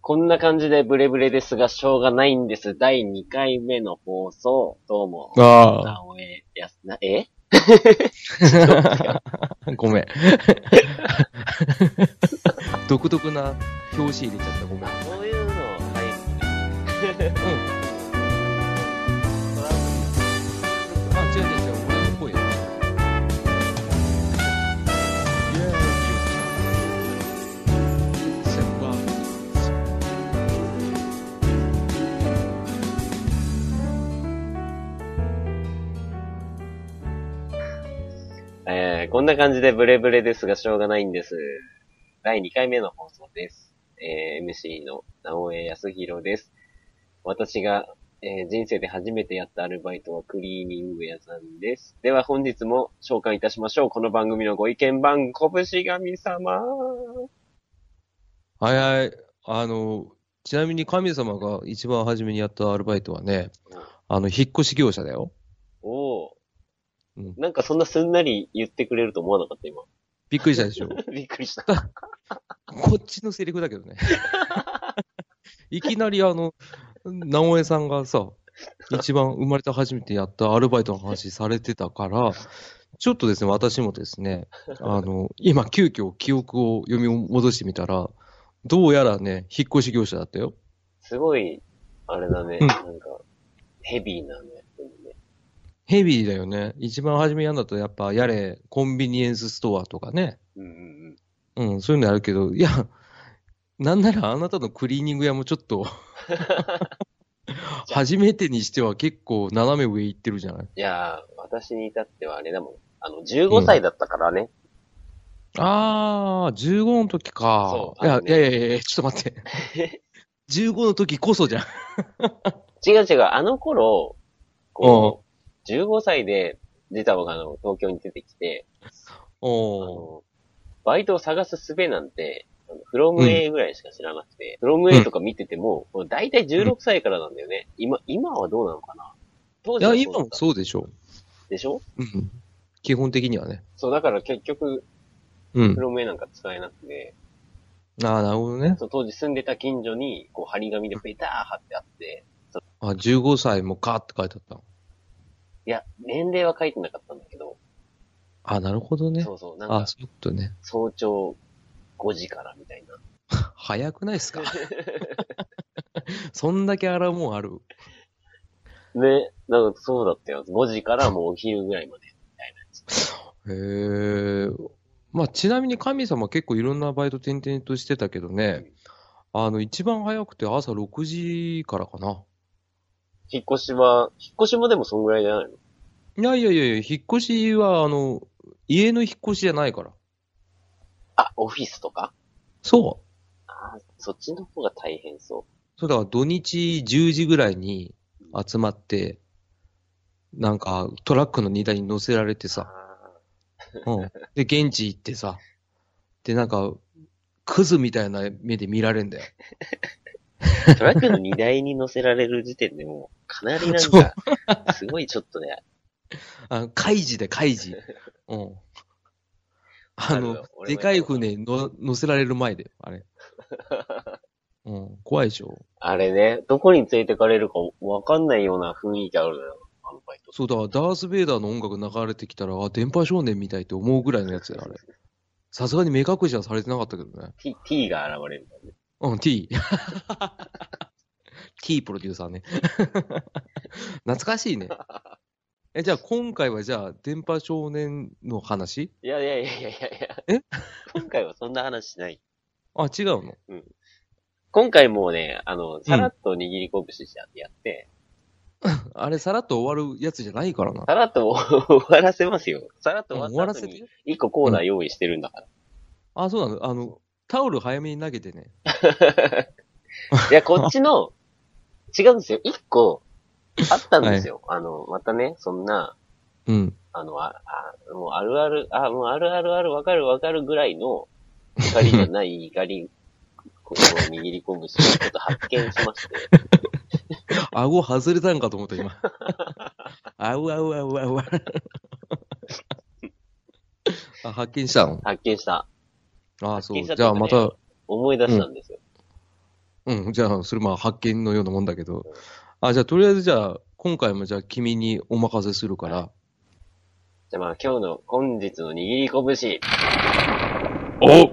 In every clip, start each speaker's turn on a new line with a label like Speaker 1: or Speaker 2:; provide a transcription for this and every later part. Speaker 1: こんな感じでブレブレですが、しょうがないんです。第2回目の放送、どうも。
Speaker 2: あ
Speaker 1: なおえ、やすな、え
Speaker 2: あ、 ごめん。独特な表紙入れちゃった、ごめん。
Speaker 1: そういうの、はい。
Speaker 2: あ、違う違う違う、俺の声よ。
Speaker 1: えー、こんな感じでブレブレですが、しょうがないんです。第2回目の放送です。えー、MC の直江康弘です。私が、えー人生で初めてやったアルバイトはクリーニング屋さんです。では本日も紹介いたしましょう。この番組のご意見番、拳神様。
Speaker 2: はいはい。あの、ちなみに神様が一番初めにやったアルバイトはね、あの、引っ越し業者だよ。
Speaker 1: おお、
Speaker 2: うん
Speaker 1: なんかそんなすんなり言ってくれると思わなかった、今。
Speaker 2: びっくりしたでしょ。
Speaker 1: びっくりした。
Speaker 2: こっちのセリフだけどね。 いきなりあの、直江さんがさ、一番生まれて初めてやったアルバイトの話されてたから、ちょっとですね、私もですね、あの、今急遽記憶を読み戻してみたら、どうやらね、引っ越し業者だったよ。
Speaker 1: すごい、あれだね。
Speaker 2: うん
Speaker 1: なんか、ヘビーなね。うんね
Speaker 2: ヘビーだよね。一番初めやんだとやっぱやれ、コンビニエンスストアとかね。
Speaker 1: うんうんうん。
Speaker 2: うん、そういうのやるけど、いや、なんならあなたのクリーニング屋もちょっ と初めてにしては結構斜め上行ってるじゃない
Speaker 1: いやー、私に至ってはあれだもん。あの、15歳だったからね。
Speaker 2: あー、15の時か。
Speaker 1: そう
Speaker 2: いや、
Speaker 1: あのね
Speaker 2: いやいやいや、ちょっと待って。15の 時こそじゃん。
Speaker 1: 違う違う、あの頃、こう、15歳で、ジタボがあの、東京に出てきて、あ
Speaker 2: おー。
Speaker 1: の、バイトを探す術なんて、あのフロム A ぐらいしか知らなくて、フロム A とか見てても、もう大体16歳からなんだよね。今、今はどうなのかな当
Speaker 2: い
Speaker 1: 時はそう
Speaker 2: や、今も
Speaker 1: うだっ
Speaker 2: そうでしょ
Speaker 1: たでしょ
Speaker 2: う。うん。基本的にはね。
Speaker 1: そう、だから結局、
Speaker 2: うん
Speaker 1: フ。ロム A なんか使えなくて、
Speaker 2: あー、なるほどね。
Speaker 1: そう当時住んでた近所に、こう、張り紙でベター貼ってあって、
Speaker 2: あ、15歳もかって書いてあったの。
Speaker 1: いや、年齢は書いてなかったんだけど、
Speaker 2: あ、なるほどね
Speaker 1: そ。うそう、なん
Speaker 2: あ、
Speaker 1: か、
Speaker 2: そういうことね。
Speaker 1: 早朝5時からみたいな。
Speaker 2: 早くない ですかそんだけ洗うもんある。
Speaker 1: ね、なんかそうだったよ。5時からもうお昼ぐらいまで。
Speaker 2: へえ。まあ、ちなみに神様結構いろんなバイト転々としてたけどね、あの、一番早くて朝6時からかな。
Speaker 1: 引っ越しは、引っ越しもでもそんぐらいじゃないの
Speaker 2: いやいやいやいや、引っ越しは、あの、家の引っ越しじゃないから。
Speaker 1: あ、オフィスとか
Speaker 2: そう。
Speaker 1: あそっちの方が大変そ
Speaker 2: そうだから土日10時ぐらいに集まって、なんかトラックの荷台に乗せられて
Speaker 1: う。
Speaker 2: さ、
Speaker 1: あ
Speaker 2: うん。で、現地行ってさ、で、なんか、クズみたいな目で見られんだよ。
Speaker 1: ートラックの荷台に乗せられる時点でもう、かなりなん
Speaker 2: そ
Speaker 1: か、すごいちょっとね、
Speaker 2: あ、カイジだ、カイ ジ。うん。あ
Speaker 1: なるよ、俺も
Speaker 2: ので
Speaker 1: やった
Speaker 2: かい船の乗せられる前で、あれ。うん、怖いでしょ。
Speaker 1: あれね、どこに連れてかれるかわかんないような雰囲気あるのよ、あのバイト。
Speaker 2: そうだ、ダース・ベイダーの音楽流れてきたら、あ、電波少年みたいって思うぐらいのやつだよ、あれ。さすがに目隠しはされてなかったけどね。
Speaker 1: T、T が現れるんだよね。
Speaker 2: うん、T。T プロデューサーね。 懐かしいね。え、じゃあ今回はじゃあ、電波少年の話
Speaker 1: いやいやいやいやいや
Speaker 2: え
Speaker 1: いや。今回はそんな話しない。
Speaker 2: あ、違うの
Speaker 1: 今回もうね、あの、さらっと握り拳してやって、
Speaker 2: あれ、さらっと終わるやつじゃないからな。
Speaker 1: さらっと終わらせますよ。さらっと
Speaker 2: うん
Speaker 1: 終
Speaker 2: 終
Speaker 1: わ
Speaker 2: わ
Speaker 1: っ
Speaker 2: ら
Speaker 1: た
Speaker 2: せ
Speaker 1: 後
Speaker 2: て
Speaker 1: に
Speaker 2: よ。
Speaker 1: 一個コーナー用意してるんだか
Speaker 2: あ、そうなのあの、タオル早めに投げてね。
Speaker 1: ら。いや、こっちの、違うんですよ。一個、あったんですよ。あの、またね、そんな、
Speaker 2: うん。
Speaker 1: あの、あ、あもうあるある、あ、もうあるあるある、わかるわかるぐらいの、怒りじゃない怒り、 こう、握り拳をちょっと発見しまして。
Speaker 2: 顎外れたんかと思った、今。 あうあうあう あうあう。あ、発見したの
Speaker 1: 発見した。
Speaker 2: あ、
Speaker 1: 発
Speaker 2: そ
Speaker 1: 見
Speaker 2: う。
Speaker 1: したって
Speaker 2: じゃあまた、
Speaker 1: 思い出したんですよ。
Speaker 2: ううん、じゃあ、それまあ発見のようなもんだけど、あ、じゃあ、とりあえずじゃあ、今回もじゃあ、君にお任せするから、
Speaker 1: じゃあまあ今日の、本日の握り拳、
Speaker 2: お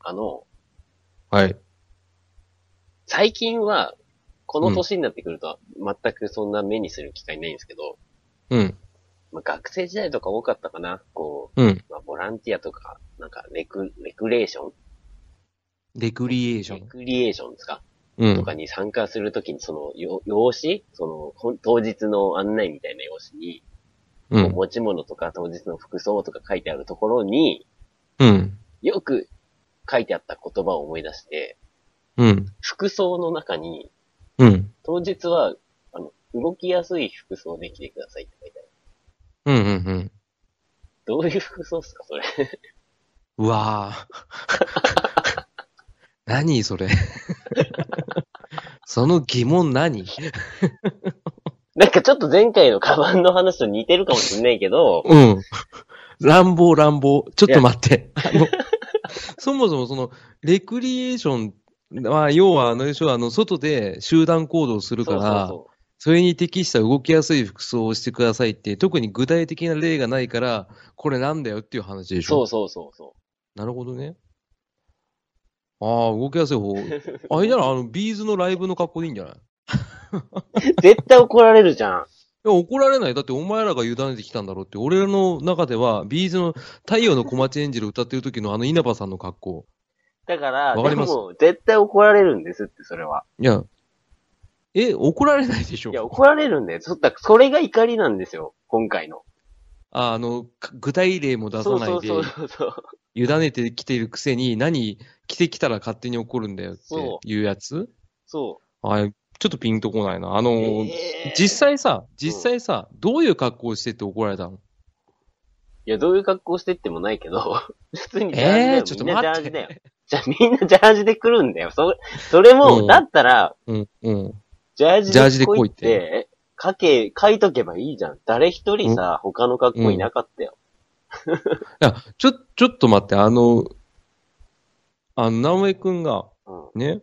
Speaker 1: あの、
Speaker 2: はい。
Speaker 1: 最近は、この年になってくると、全くそんな目にする機会ないんですけど、
Speaker 2: うん、
Speaker 1: まあ、学生時代とか多かったかな。こ
Speaker 2: うん。
Speaker 1: う、まあ、ボランティアとか、なんかレク、レクレーション
Speaker 2: レクリエーショ
Speaker 1: レ
Speaker 2: ン。
Speaker 1: クリエーションですか、
Speaker 2: う
Speaker 1: と
Speaker 2: ん
Speaker 1: か。に参加するときに、その、よ用紙そのほん、当日の案内みたいな用紙に、
Speaker 2: う。
Speaker 1: こうん持ち物とか当日の服装とか書いてあるところに、
Speaker 2: うん。
Speaker 1: よく書いてあった言葉を思い出して、
Speaker 2: うん。
Speaker 1: 服装の中に、
Speaker 2: うん。
Speaker 1: 当日は、あの、動きやすい服装で着てくださいって書いてある。
Speaker 2: うん。うん。
Speaker 1: どういう服装っすか、それ。
Speaker 2: うん。うわぁ。 何それ。 その疑問何
Speaker 1: なんかちょっと前回のカバンの話と似てるかもしんないけ ど、
Speaker 2: うん。乱暴乱暴。ちょっと待って。あのそもそもその、レクリエーション、まあ、要はあの、でしょあの、外で集団行動するから、そ
Speaker 1: そ
Speaker 2: れに適した動きやすい服装をしてくださいって、特に具体的な例がないから、これなんだよっていう話で
Speaker 1: う
Speaker 2: し
Speaker 1: そ
Speaker 2: ょ
Speaker 1: うそうそうそ。
Speaker 2: なるほどね。ああ、動きやすい方。あれなら、あの、ビーズのライブの格好でいいんじゃないう
Speaker 1: 絶対怒られるじゃん。
Speaker 2: いや、怒られない。だってお前らが委ねてきたんだろうって。俺の中では、ビーズの太陽の小町エンジェル歌ってる時のあの稲葉さんの格好。
Speaker 1: だから、
Speaker 2: わか
Speaker 1: で
Speaker 2: ります
Speaker 1: も、絶対怒られるんですって、それは。
Speaker 2: いや、え、怒られないでしょ
Speaker 1: いや、怒られるんだよ。そ、だそれが怒りなんですよ、今回の。
Speaker 2: ああの、か具体例も出さ
Speaker 1: そう
Speaker 2: な
Speaker 1: そ
Speaker 2: いうで
Speaker 1: そ、うそうそう。
Speaker 2: 委ねてきてるくせに、何着てきたら勝手に怒るんだよって
Speaker 1: そ
Speaker 2: いうやつ
Speaker 1: そ
Speaker 2: ああちょっとピンとこないな。あの
Speaker 1: う。
Speaker 2: ー、
Speaker 1: えー
Speaker 2: 実際さ、実際さ、どういう格好をしてって怒られた
Speaker 1: い
Speaker 2: の
Speaker 1: や、どういう格好してってもないけど、 普通にジャージだよ。
Speaker 2: えーちょっと待っ
Speaker 1: みんなジャ
Speaker 2: て
Speaker 1: ージだよ。じゃあ、みんなジャージで来るんだよ。そ、それも、
Speaker 2: うん
Speaker 1: だったら、
Speaker 2: うん、うん。
Speaker 1: ジャージ
Speaker 2: ジャージ
Speaker 1: で
Speaker 2: で
Speaker 1: 来
Speaker 2: 来
Speaker 1: い
Speaker 2: い
Speaker 1: っ
Speaker 2: って
Speaker 1: て、書け、書いとけばいいじゃん。誰一人さ、他の格好いなかったよ。
Speaker 2: いや、ちょ、ちょっと待って、あの、あの、直江くんが、
Speaker 1: うん。
Speaker 2: ね、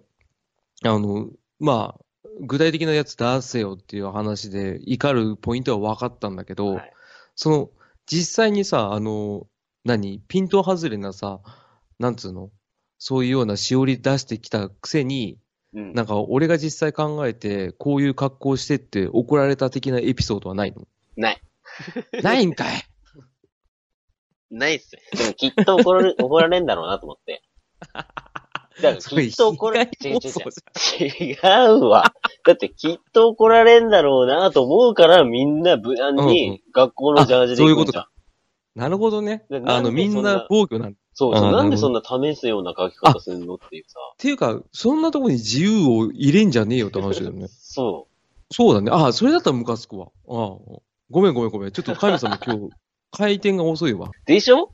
Speaker 2: あの、まあ、具体的なやつ出せよっていう話で怒るポイントは分かったんだけど、
Speaker 1: はい
Speaker 2: その、実際にさ、あの、何ピント外れなさ、なんつうのそういうようなしおり出してきたくせに、
Speaker 1: うん。
Speaker 2: なんか俺が実際考えて、こういう格好してって怒られた的なエピソードはないの
Speaker 1: ない。
Speaker 2: ないんかい
Speaker 1: ないっすね。でもきっと怒ら れ、怒られんだろうなと思って。 だからきっと怒られ、
Speaker 2: そ
Speaker 1: 違
Speaker 2: れ
Speaker 1: う
Speaker 2: 被
Speaker 1: 違
Speaker 2: 害妄想
Speaker 1: う違う違うわ。だってきっと怒られんだろうなと思うからみんな無難
Speaker 2: うんう
Speaker 1: に学校のジャージで
Speaker 2: あそうい
Speaker 1: 行く
Speaker 2: うこ
Speaker 1: ん
Speaker 2: と
Speaker 1: じゃん。
Speaker 2: なるほどね
Speaker 1: で。な
Speaker 2: あ
Speaker 1: んで
Speaker 2: の、み
Speaker 1: そ
Speaker 2: ん
Speaker 1: んな
Speaker 2: な防御なんだ。っ
Speaker 1: そう
Speaker 2: あ
Speaker 1: そう。
Speaker 2: ー
Speaker 1: なんでそんな試すような書き方するのっていうさ。。
Speaker 2: ていうか、そんなとこに自由を入れんじゃねえよって話だよ ね
Speaker 1: そ
Speaker 2: そうだね。ああ、それだったらムカつくわ。ああ。ごめんごめんごめん。ちょっと神様今日、回転が遅いわ。
Speaker 1: う。でしょ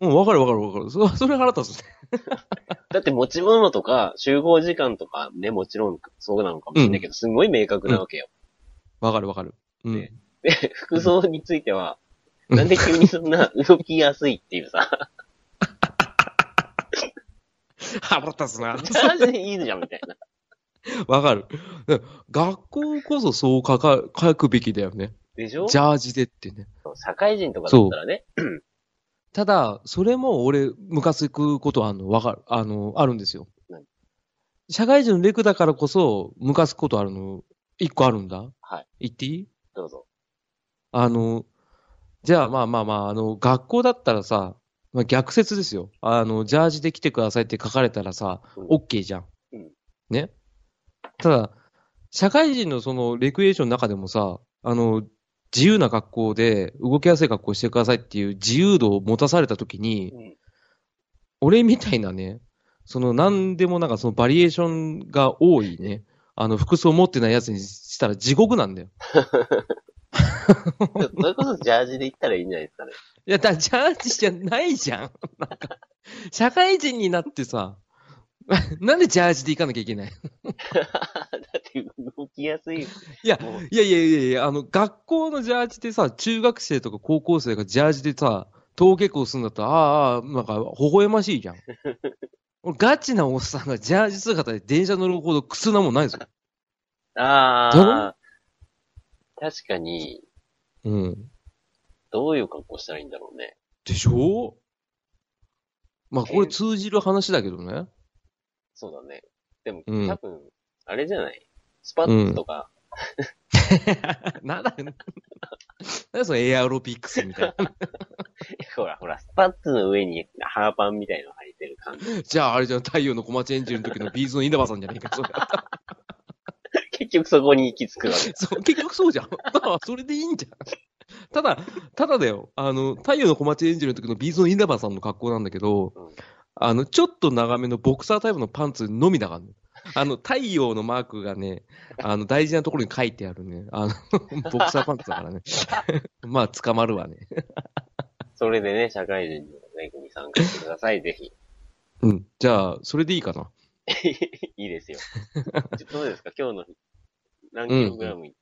Speaker 2: うん、わかるわかるわかる。そそれ腹立つね。
Speaker 1: だって持ち物とか集合時間とかね、もちろんそうなのかもしれないけど、すごい明確なわけよ。
Speaker 2: わかるわかる。うん。
Speaker 1: ね服装については、
Speaker 2: うん
Speaker 1: なんで急にそんな動きやすいっていう さ。
Speaker 2: 腹立つな。
Speaker 1: ジャージでいいじゃんみたいな。
Speaker 2: わかる。うん学校こそそう書か、書くべきだよね。
Speaker 1: でしょ
Speaker 2: ジャージでってね。
Speaker 1: 社会人とかだったらね。
Speaker 2: ただ、それも俺、ムカつくことはあるの、わかる、あの、あるんですよ
Speaker 1: 何。
Speaker 2: 社会人のレクだからこそ、ムカつくことあるの、一個あるんだ。。
Speaker 1: はい
Speaker 2: 言っていい
Speaker 1: ど うぞ。
Speaker 2: あの、じゃあ、まあまあまあ、あの、学校だったらさ、まあ、逆説ですよ。あの、ジャージで来てくださいって書かれたらさ、
Speaker 1: うん
Speaker 2: オッケーじゃん
Speaker 1: うん。
Speaker 2: ね。ただ、社会人のその、レクリエーションの中でもさ、あの、自由な格好で、動きやすい格好してくださいっていう自由度を持たされたときに、
Speaker 1: うん。
Speaker 2: 俺みたいなね、その何でもなんかそのバリエーションが多いね、あの服装持ってないやつにしたら地獄なんだよ。
Speaker 1: それこそジャージで行ったらいいんじゃないですかね。
Speaker 2: いや、だジャージじゃないじゃん。なん か、社会人になってさ、 なんでジャージで行かなきゃいけない
Speaker 1: だって動きやすい。
Speaker 2: いや
Speaker 1: もう
Speaker 2: いやいやいやいや、あの、学校のジャージでさ、中学生とか高校 生がジャージでさ、登下校するんだったら、ああああ、なんか、微笑ましいじゃん。俺ガチなおっさんがジャージ姿で電車乗るほど苦痛なもんないですよ。
Speaker 1: あー。確かに、
Speaker 2: うん。
Speaker 1: どういう格好したらいいんだろうね。
Speaker 2: でしょまあこれ通じる話だけどね。
Speaker 1: そうだね。でも、
Speaker 2: うん
Speaker 1: 多分、あれじゃないスパッツとか、
Speaker 2: なんだよ。なんでそのエアロビクスみたいな。
Speaker 1: ほらほら、スパッツの上にハーパンみたいの履いてる感じ。
Speaker 2: じゃああれじゃん、太陽の小町エンジェルの時のビーズの稲葉さんじゃねえか。そ れ
Speaker 1: 結局そこに行き着くわけ。
Speaker 2: そう結局そうじゃん。 だからそれでいいんじゃん。ただ、ただだよ。あの、太陽の小町エンジェルの時のビーズの稲葉さんの格好なんだけど、
Speaker 1: うん
Speaker 2: あの、ちょっと長めのボクサータイプのパンツのみだからね。あの、太陽のマークがね、あの、大事なところに書いてあるね。あの、 ボクサーパンツだからね。 まあ、捕まるわね。
Speaker 1: それでね、社会人のメイクに参加してください、ぜひ。
Speaker 2: うん。じゃあ、それでいいかな。
Speaker 1: いい ですよ。どうですか今日の何キログラムい,、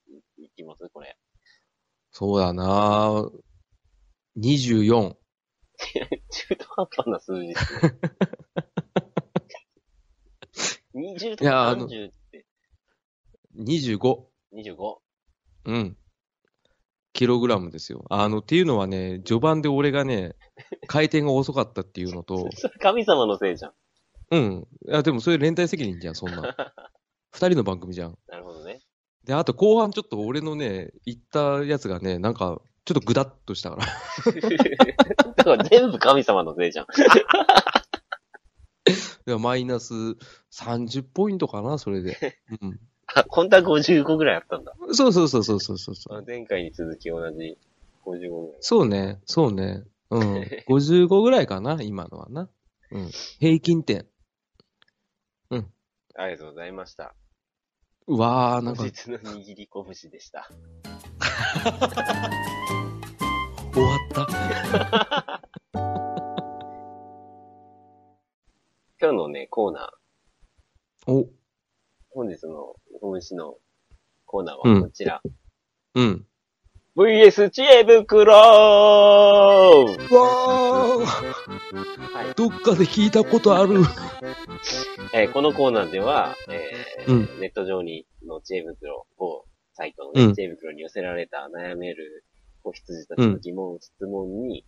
Speaker 1: きますこれ。
Speaker 2: そうだな24。
Speaker 1: 中途半端な数字です ね。20と
Speaker 2: いや
Speaker 1: か
Speaker 2: あの
Speaker 1: 30って
Speaker 2: 25。
Speaker 1: 25。
Speaker 2: うん。キログラムですよ。あの、っていうのはね、序盤で俺がね、回転が遅かったっていうの と、
Speaker 1: それ神様のせいじゃん。
Speaker 2: うん。いや、でもそれ連帯責任じゃん、そんな。二人の番組じゃん。
Speaker 1: なるほどね。
Speaker 2: で、あと後半ちょっと俺のね、言ったやつがね、なんか、ちょっとぐだっとしたから。
Speaker 1: だから全部神様のせいじゃん。
Speaker 2: でもマイナス30ポイントかな、それで。
Speaker 1: あ、本当は55ぐらいあったんだ。
Speaker 2: うん。そうそうそうそうそうそうそう。
Speaker 1: あ前回に続き同じ55ぐらい。
Speaker 2: そうね、そうね。うん。55ぐらいかな、今のはな。うん。平均点。
Speaker 1: ありがとうございました。
Speaker 2: うわー、なん
Speaker 1: 本
Speaker 2: か、
Speaker 1: 日の握り拳でした。
Speaker 2: 終わった。
Speaker 1: 今日のね、コーナー、
Speaker 2: お、
Speaker 1: 本日の拳のコーナー
Speaker 2: う
Speaker 1: は
Speaker 2: ん
Speaker 1: こちら。
Speaker 2: うん。
Speaker 1: VS 知恵袋は
Speaker 2: わー
Speaker 1: い、
Speaker 2: どっかで聞いたことある。
Speaker 1: えーこのコーナーでは、えー
Speaker 2: うん
Speaker 1: ネット上にの知恵袋、某サイトの、ね
Speaker 2: うん
Speaker 1: 知恵袋に寄せられた悩める子羊たちの疑問、質問に、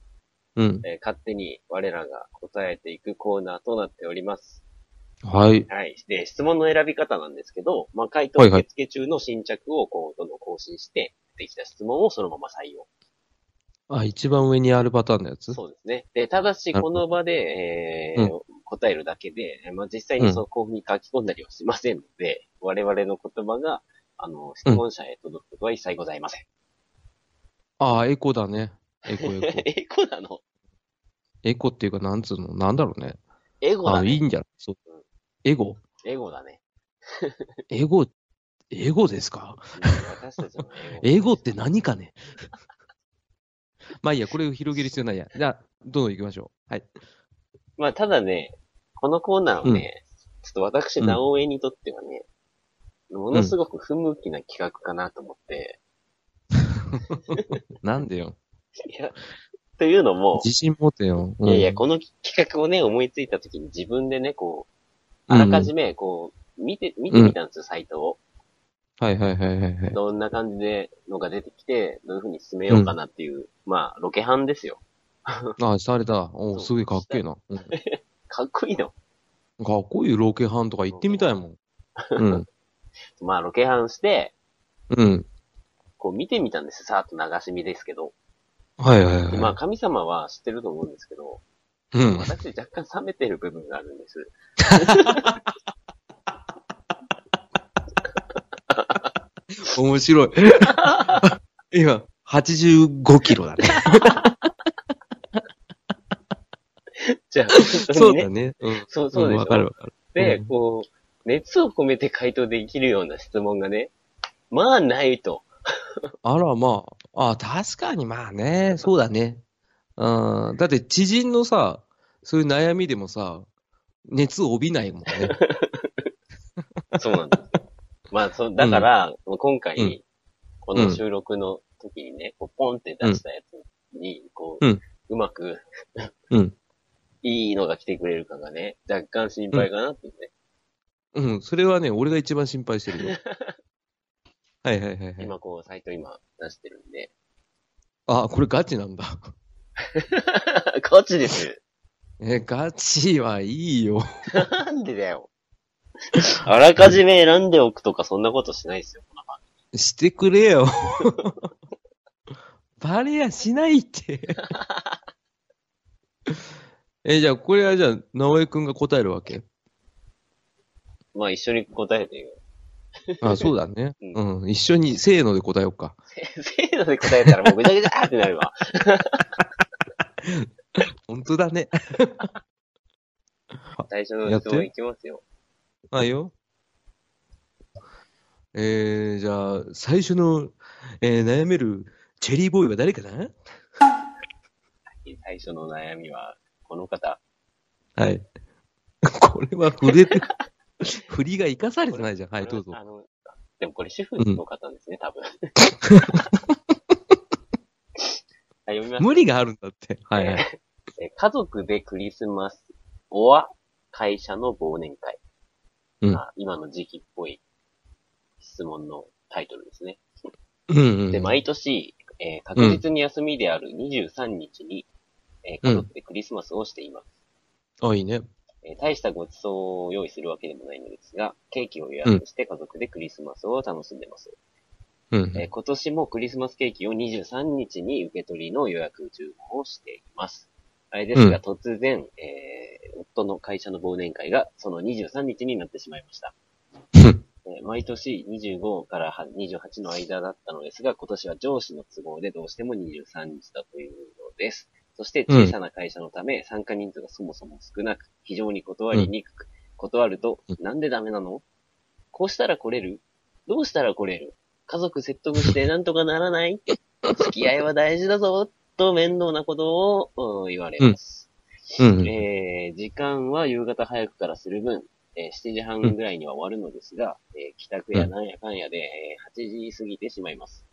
Speaker 2: うん。
Speaker 1: えー勝手に我らが答えていくコーナーとなっております。
Speaker 2: はい。
Speaker 1: はい。で、質問の選び方なんですけど、まあ、回答
Speaker 2: はいは
Speaker 1: 受
Speaker 2: い
Speaker 1: 付中の新着をこう、どんどん更新して、できた質問をそのまま採用。
Speaker 2: あ、一番上にあるパターンのやつ
Speaker 1: そうですね。で、ただし、
Speaker 2: なる
Speaker 1: こ
Speaker 2: ほ
Speaker 1: の場で、えー答えるだけで、えーまあ、実際にそう、こういうふうに書き込んだりはしませんので、我々の言葉が、あの、質問者へ届くことは一切ございません。。
Speaker 2: あ、エコだね。エコエ コ
Speaker 1: エゴなの
Speaker 2: エコっていうか、なんつうの、なんだろうね。
Speaker 1: エゴだ
Speaker 2: あ、い
Speaker 1: ね
Speaker 2: い。んじゃないそう。エゴ
Speaker 1: エゴだね。
Speaker 2: エゴ、エゴですか
Speaker 1: 私たちの
Speaker 2: エゴって何かね まあいいや、これを広げる必要ないや。じゃあ、どんどん行きましょう。はい。
Speaker 1: まあ、ただね、このコーナーはね、ちょっと私、
Speaker 2: うん
Speaker 1: 直江にとってはね、ものすごく不向きな企画かなと思って、
Speaker 2: なんでよ。
Speaker 1: いや、というのも、
Speaker 2: 自信持てよ。うん
Speaker 1: いやいや、この企画をね、思いついた時に自分でね、こう、
Speaker 2: う
Speaker 1: あ
Speaker 2: ん
Speaker 1: らかじめ、こう、見て、見てみたんですよ、サイトを。
Speaker 2: はいはいはいはいはい。
Speaker 1: どんな感じで、のが出てきて、どういう風に進めようかなっていう、まあ、ロケハンですよ。
Speaker 2: あ、された。おう
Speaker 1: そう
Speaker 2: すごいかっけえな。うんか
Speaker 1: かっこいいの。
Speaker 2: っこいいロケハンとか行ってみたいもん。うん。
Speaker 1: まあ、ロケハンして、
Speaker 2: うん。
Speaker 1: こう見てみたんですよ、さーっと流し見ですけど。
Speaker 2: はいはいはい。
Speaker 1: でまあ、神様は知ってると思うんですけど、
Speaker 2: うん。
Speaker 1: 私若干冷めてる部分があるんです。
Speaker 2: 面白い。 今、85キロだね。
Speaker 1: じゃあ、本当
Speaker 2: そ
Speaker 1: に
Speaker 2: うだ
Speaker 1: ね。
Speaker 2: ね。うん。
Speaker 1: そう、そう
Speaker 2: うん
Speaker 1: でし
Speaker 2: わかる
Speaker 1: ょ。
Speaker 2: わかる。
Speaker 1: で、
Speaker 2: うん
Speaker 1: こう、熱を込めて回答できるような質問がね、まあ、ないと。
Speaker 2: あら、まあ。あ、確かにまあね。そうだね。うん。だって、知人のさ、そういう悩みでもさ、熱を帯 びないもんね。
Speaker 1: そうなんですよ。まあ、そう、だから、今回、
Speaker 2: うん
Speaker 1: この収録の時にね、こうポンって出したやつに、こう、う
Speaker 2: うん
Speaker 1: まく、
Speaker 2: うん
Speaker 1: いいいいのが来てくれるかがね、若干心配かなっていうね。
Speaker 2: うん、それはね、俺が一番心配し てるよ。はいはいはいはい。
Speaker 1: 今こう、サイト今出してるんで。
Speaker 2: あ、これガチなんだ。
Speaker 1: ガチです。
Speaker 2: え、ガチはいいよ。
Speaker 1: なんでだよ。あらかじめ選んでおくとかそんなことしないですよ。
Speaker 2: してくれよ。 バレやしないって。 え、じゃあ、これはじゃあ、直江くんが答えるわ け
Speaker 1: まあ一緒に答えて よ。
Speaker 2: あ、そうだね。うん。一緒に、せーので答えようか。
Speaker 1: せーので答えたらもうぐちゃぐちゃってなるわ。
Speaker 2: 本当だね。
Speaker 1: 最初の質問いきますよ。
Speaker 2: あいいよ。えー、じゃあ、最初の、えー悩めるチェリーボーイは誰かな
Speaker 1: 最初の悩みは、この方。
Speaker 2: はい。 これは触れて、 振りが生かされてないじゃん。はい、どうぞ
Speaker 1: あ。の、でもこれ主婦の方ですね、多 分。はい、読みます。
Speaker 2: 無理があるんだって。はいはい。
Speaker 1: え家族でクリスマス、おは会社の忘年会。
Speaker 2: うん
Speaker 1: あ今の時期っぽい質問のタイトルですね。
Speaker 2: うんうん。
Speaker 1: で、毎年、えー確実に休みである23日に、えー家族でクリスマスをしています。
Speaker 2: あ、いいね。
Speaker 1: えー大したごちそうを用意するわけでもないのですが、ケーキを予約して家族でクリスマスを楽しんでます。
Speaker 2: うん。
Speaker 1: えー今年もクリスマスケーキを23日に受け取りの予約注文をしています。あれですが、
Speaker 2: う
Speaker 1: 突然、えー夫の会社の忘年会がその23日になってしまいました。えー毎年25から28の間だったのですが、今年は上司の都合でどうしても23日だというのです。そして小さな会社のため、参加人数がそもそも少なく、非常に断りにくく、断ると
Speaker 2: うん、
Speaker 1: なんでダメなのこうしたら来れるどうしたら来れる家族説得してなんとかならない付き合いは大事だぞと面倒なことをうん言われます。
Speaker 2: うん。
Speaker 1: えー、時間は夕方早くからする分、えー7時半ぐらいには終わるのですが、えー帰宅やなんやかんやで、えー8時過ぎてしまいます。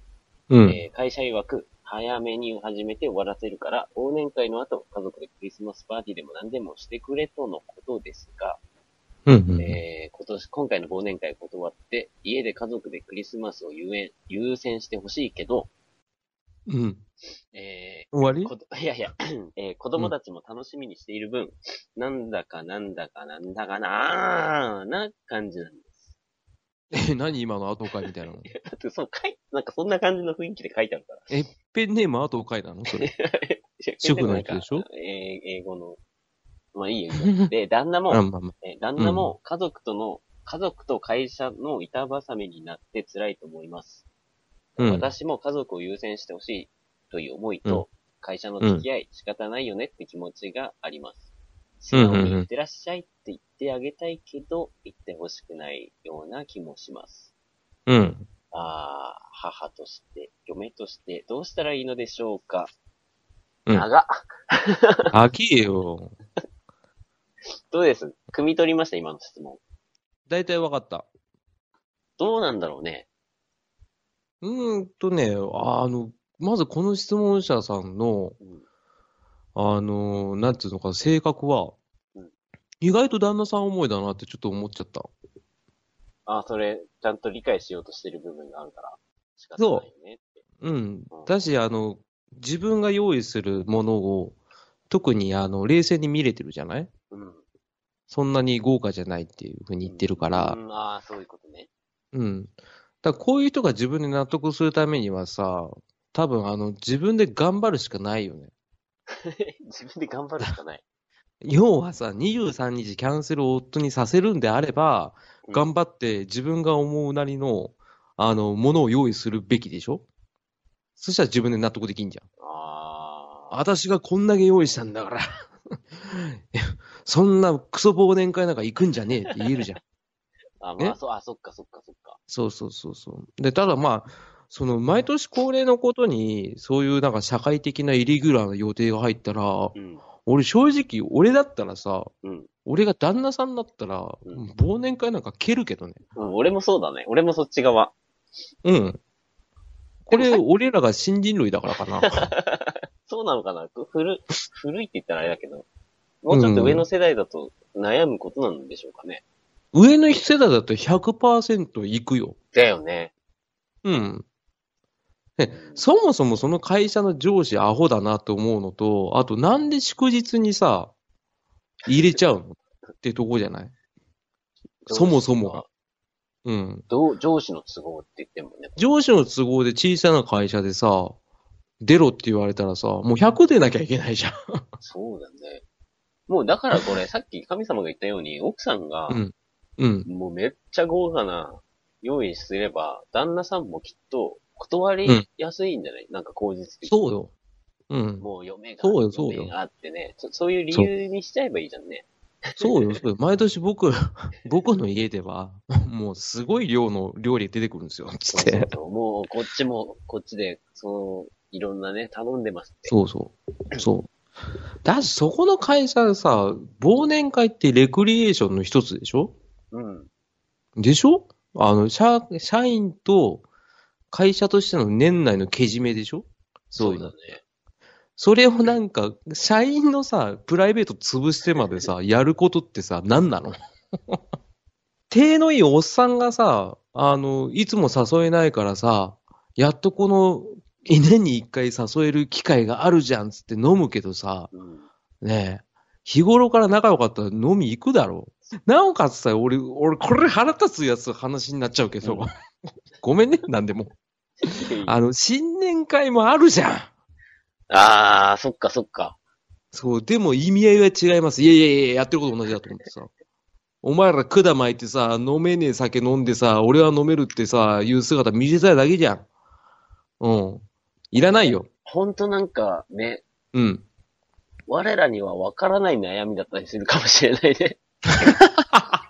Speaker 2: うん。
Speaker 1: えー会社曰く、早めに始めて終わらせるから、忘年会の後、家族でクリスマスパーティーでも何でもしてくれとのことですが、
Speaker 2: うん。
Speaker 1: えー今年、今回の忘年会を断って、家で家族でクリスマスを優先優先してほしいけど、
Speaker 2: うん。
Speaker 1: え
Speaker 2: 終わり
Speaker 1: ーこといやいや、 えー子供たちも楽しみにしている分、なんだかなんだかなんだかなーな感じなんです。
Speaker 2: え、何今の後会みたいなの。
Speaker 1: だってその書い、なんかそんな感じの雰囲気で書いてあるから。
Speaker 2: え、 ペンネーム後会なのそれ。主婦の人でしょ
Speaker 1: えー英語の。まあいいよ。い いよで、旦那も、
Speaker 2: あ、 まあま
Speaker 1: えー旦那も家族との、家族と会社の板挟みになって辛いと思います。
Speaker 2: あ。うん。
Speaker 1: 私も家族を優先してほしいという思いと、会社の付き合い、仕方ないよねって気持ちがあります。素
Speaker 2: うんうんうん
Speaker 1: 直に行ってらっしゃいって言ってあげたいけど、言ってほしくないような気もします。
Speaker 2: うん。
Speaker 1: ああ、母として、嫁として、どうしたらいいのでしょうか。
Speaker 2: うん
Speaker 1: 長っ。
Speaker 2: あきえよ。
Speaker 1: どうです汲み取りました、今の質問。
Speaker 2: だいたいわかった。
Speaker 1: どうなんだろうね。
Speaker 2: うーんとね、ああの、まずこの質問者さんの、
Speaker 1: うん
Speaker 2: あの、なんつうのか、性格は
Speaker 1: うん、
Speaker 2: 意外と旦那さん思いだなってちょっと思っちゃった。
Speaker 1: ああ、それ、ちゃんと理解しようとしてる部分があるから。仕方ないよね。
Speaker 2: うん。だし、あの、自分が用意するものを、特にあの、冷静に見れてるじゃない
Speaker 1: うん。
Speaker 2: そんなに豪華じゃないっていうふうに言ってるから
Speaker 1: う、ん、ああ、そういうことね。
Speaker 2: うん。だからこういう人が自分で納得するためにはさ、多分あの、自分で頑張るしかないよね。
Speaker 1: 自分で頑張るしかない。
Speaker 2: 要はさ、23日キャンセルを夫にさせるんであれば、
Speaker 1: うん
Speaker 2: 頑張って自分が思うなりの、あの、ものを用意するべきでしょそしたら自分で納得できんじゃん。
Speaker 1: ああ。
Speaker 2: 私がこんだけ用意したんだから。い やそんなクソ忘年会なんか行くんじゃねえって言えるじゃん。
Speaker 1: あ、まあ、
Speaker 2: え
Speaker 1: そう、あ、そっか、そっか、そっか。
Speaker 2: そうそうそうそう。で、ただまあ、その、毎年恒例のことに、そういうなんか社会的なイレギュラーな予定が入ったら、
Speaker 1: うん。
Speaker 2: 俺正直、俺だったらさ、
Speaker 1: うん。
Speaker 2: 俺が旦那さんだったら、
Speaker 1: うん
Speaker 2: 忘年会なんか蹴るけどね。
Speaker 1: うん、俺もそうだね。俺もそっち側。
Speaker 2: うん。これ、俺らが新人類だからかな。
Speaker 1: そうなのかなく古、古いって言ったらあれだけど。もうちょっと上の世代だと悩むことなんでしょうかね。
Speaker 2: 上の世代だと100%行くよ。
Speaker 1: だよね。
Speaker 2: うん。そもそもその会社の上司アホだなと思うのと、あとなんで祝日にさ、入れちゃうのってとこじゃないそもそもが。うん。
Speaker 1: どう、上司の都合って言ってもね。
Speaker 2: 上司の都合で小さな会社でさ、出ろって言われたらさ、もう100出なきゃいけないじゃん。
Speaker 1: そうだね。もうだからこれ、さっき神様が言ったように、奥さんが、
Speaker 2: うんうん。
Speaker 1: もうめっちゃ豪華な用意すれば、旦那さんもきっと断
Speaker 2: うん
Speaker 1: りやすいんじゃない、なんか口実的に。
Speaker 2: そうよ。うん。
Speaker 1: もう嫁が、
Speaker 2: そうよそうよ
Speaker 1: 嫁があってねそ。そういう理由にしちゃえばいいじゃんね。
Speaker 2: そうよ、そうよ。毎年僕、僕の家では、もうすごい量の料理出てくるんですよ。
Speaker 1: そ
Speaker 2: つっ
Speaker 1: うそう
Speaker 2: て。
Speaker 1: そうもうこっちも、こっちで、その、いろんなね、頼んでますって。
Speaker 2: そうそう。そう。だし、そこの会社さ、忘年会ってレクリエーションの一つでしょ
Speaker 1: うん。
Speaker 2: でしょあの、社、社員と会社としての年内のけじめでしょそういう
Speaker 1: だ
Speaker 2: の
Speaker 1: ね。
Speaker 2: それをなんか、社員のさ、プライベート潰してまでさ、やることってさ、何なの手のいいおっさんがさ、あの、いつも誘えないからさ、やっとこの、年に一回誘える機会があるじゃんつって飲むけどさ、
Speaker 1: うん。
Speaker 2: ねえ、日頃から仲良かったら飲み行くだろう。なおかつさ、俺、俺、これ腹立つやつ話になっちゃうけど、
Speaker 1: うん
Speaker 2: ごめんね、なんでも。あの、新年会もあるじゃん
Speaker 1: あー、そっかそっか。
Speaker 2: そう、でも意味合いは違います。いやいやいや、やってること同じだと思ってさ。お前ら管巻いてさ、飲めねえ酒飲んでさ、俺は飲めるってさ、いう姿見せたいだけじゃん。うん。いらないよ。
Speaker 1: ほんとなんか、ね、
Speaker 2: うん。
Speaker 1: 我らにはわからない悩みだったりするかもしれない ね。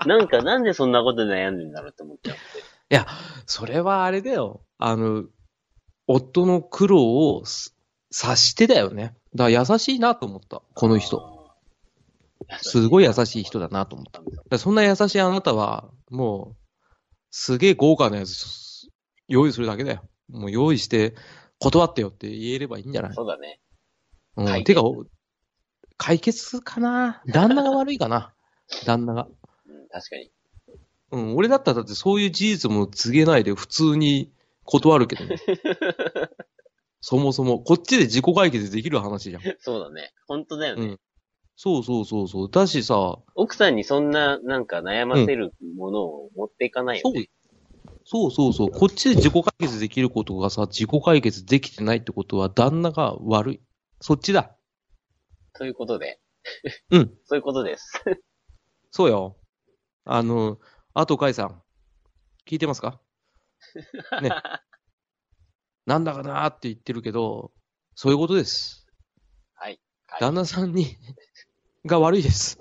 Speaker 1: なんか、なんでそんなことで悩んでんだろうって思っちゃう。
Speaker 2: それはあれだよ。あの、夫の苦労をす察してだよね。だから優しいなと思った。この人。
Speaker 1: あー。
Speaker 2: すごい優しい人だなと思った。だからそんな優しいあなたは、もう、すげえ豪華なやつ用意するだけだよ。もう用意して、断ってよって言えればいいんじゃない、
Speaker 1: そうだね。
Speaker 2: うん
Speaker 1: 解決
Speaker 2: てか、お解決かな旦那が悪いかな旦那が。
Speaker 1: うん、確かに。
Speaker 2: うん、俺だったらだってそういう事実も告げないで普通に断るけどね。そもそも、こっちで自己解決できる話じゃん。
Speaker 1: そうだね。ほんとだよね。
Speaker 2: うんそうそうそうそう。だしさ、
Speaker 1: 奥さんにそんな、なんか悩ませるものを持っていかないよ
Speaker 2: そう
Speaker 1: ね。
Speaker 2: そうそうそう。こっちで自己解決できることがさ、自己解決できてないってことは、旦那が悪い。そっちだ。
Speaker 1: ということで。
Speaker 2: うん。
Speaker 1: そういうことです。
Speaker 2: そうよ。あの、あと、かいさん。聞いてますかね。なんだかなーって言ってるけど、そういうことです。
Speaker 1: はい。はい
Speaker 2: 旦那さんに、が悪い です。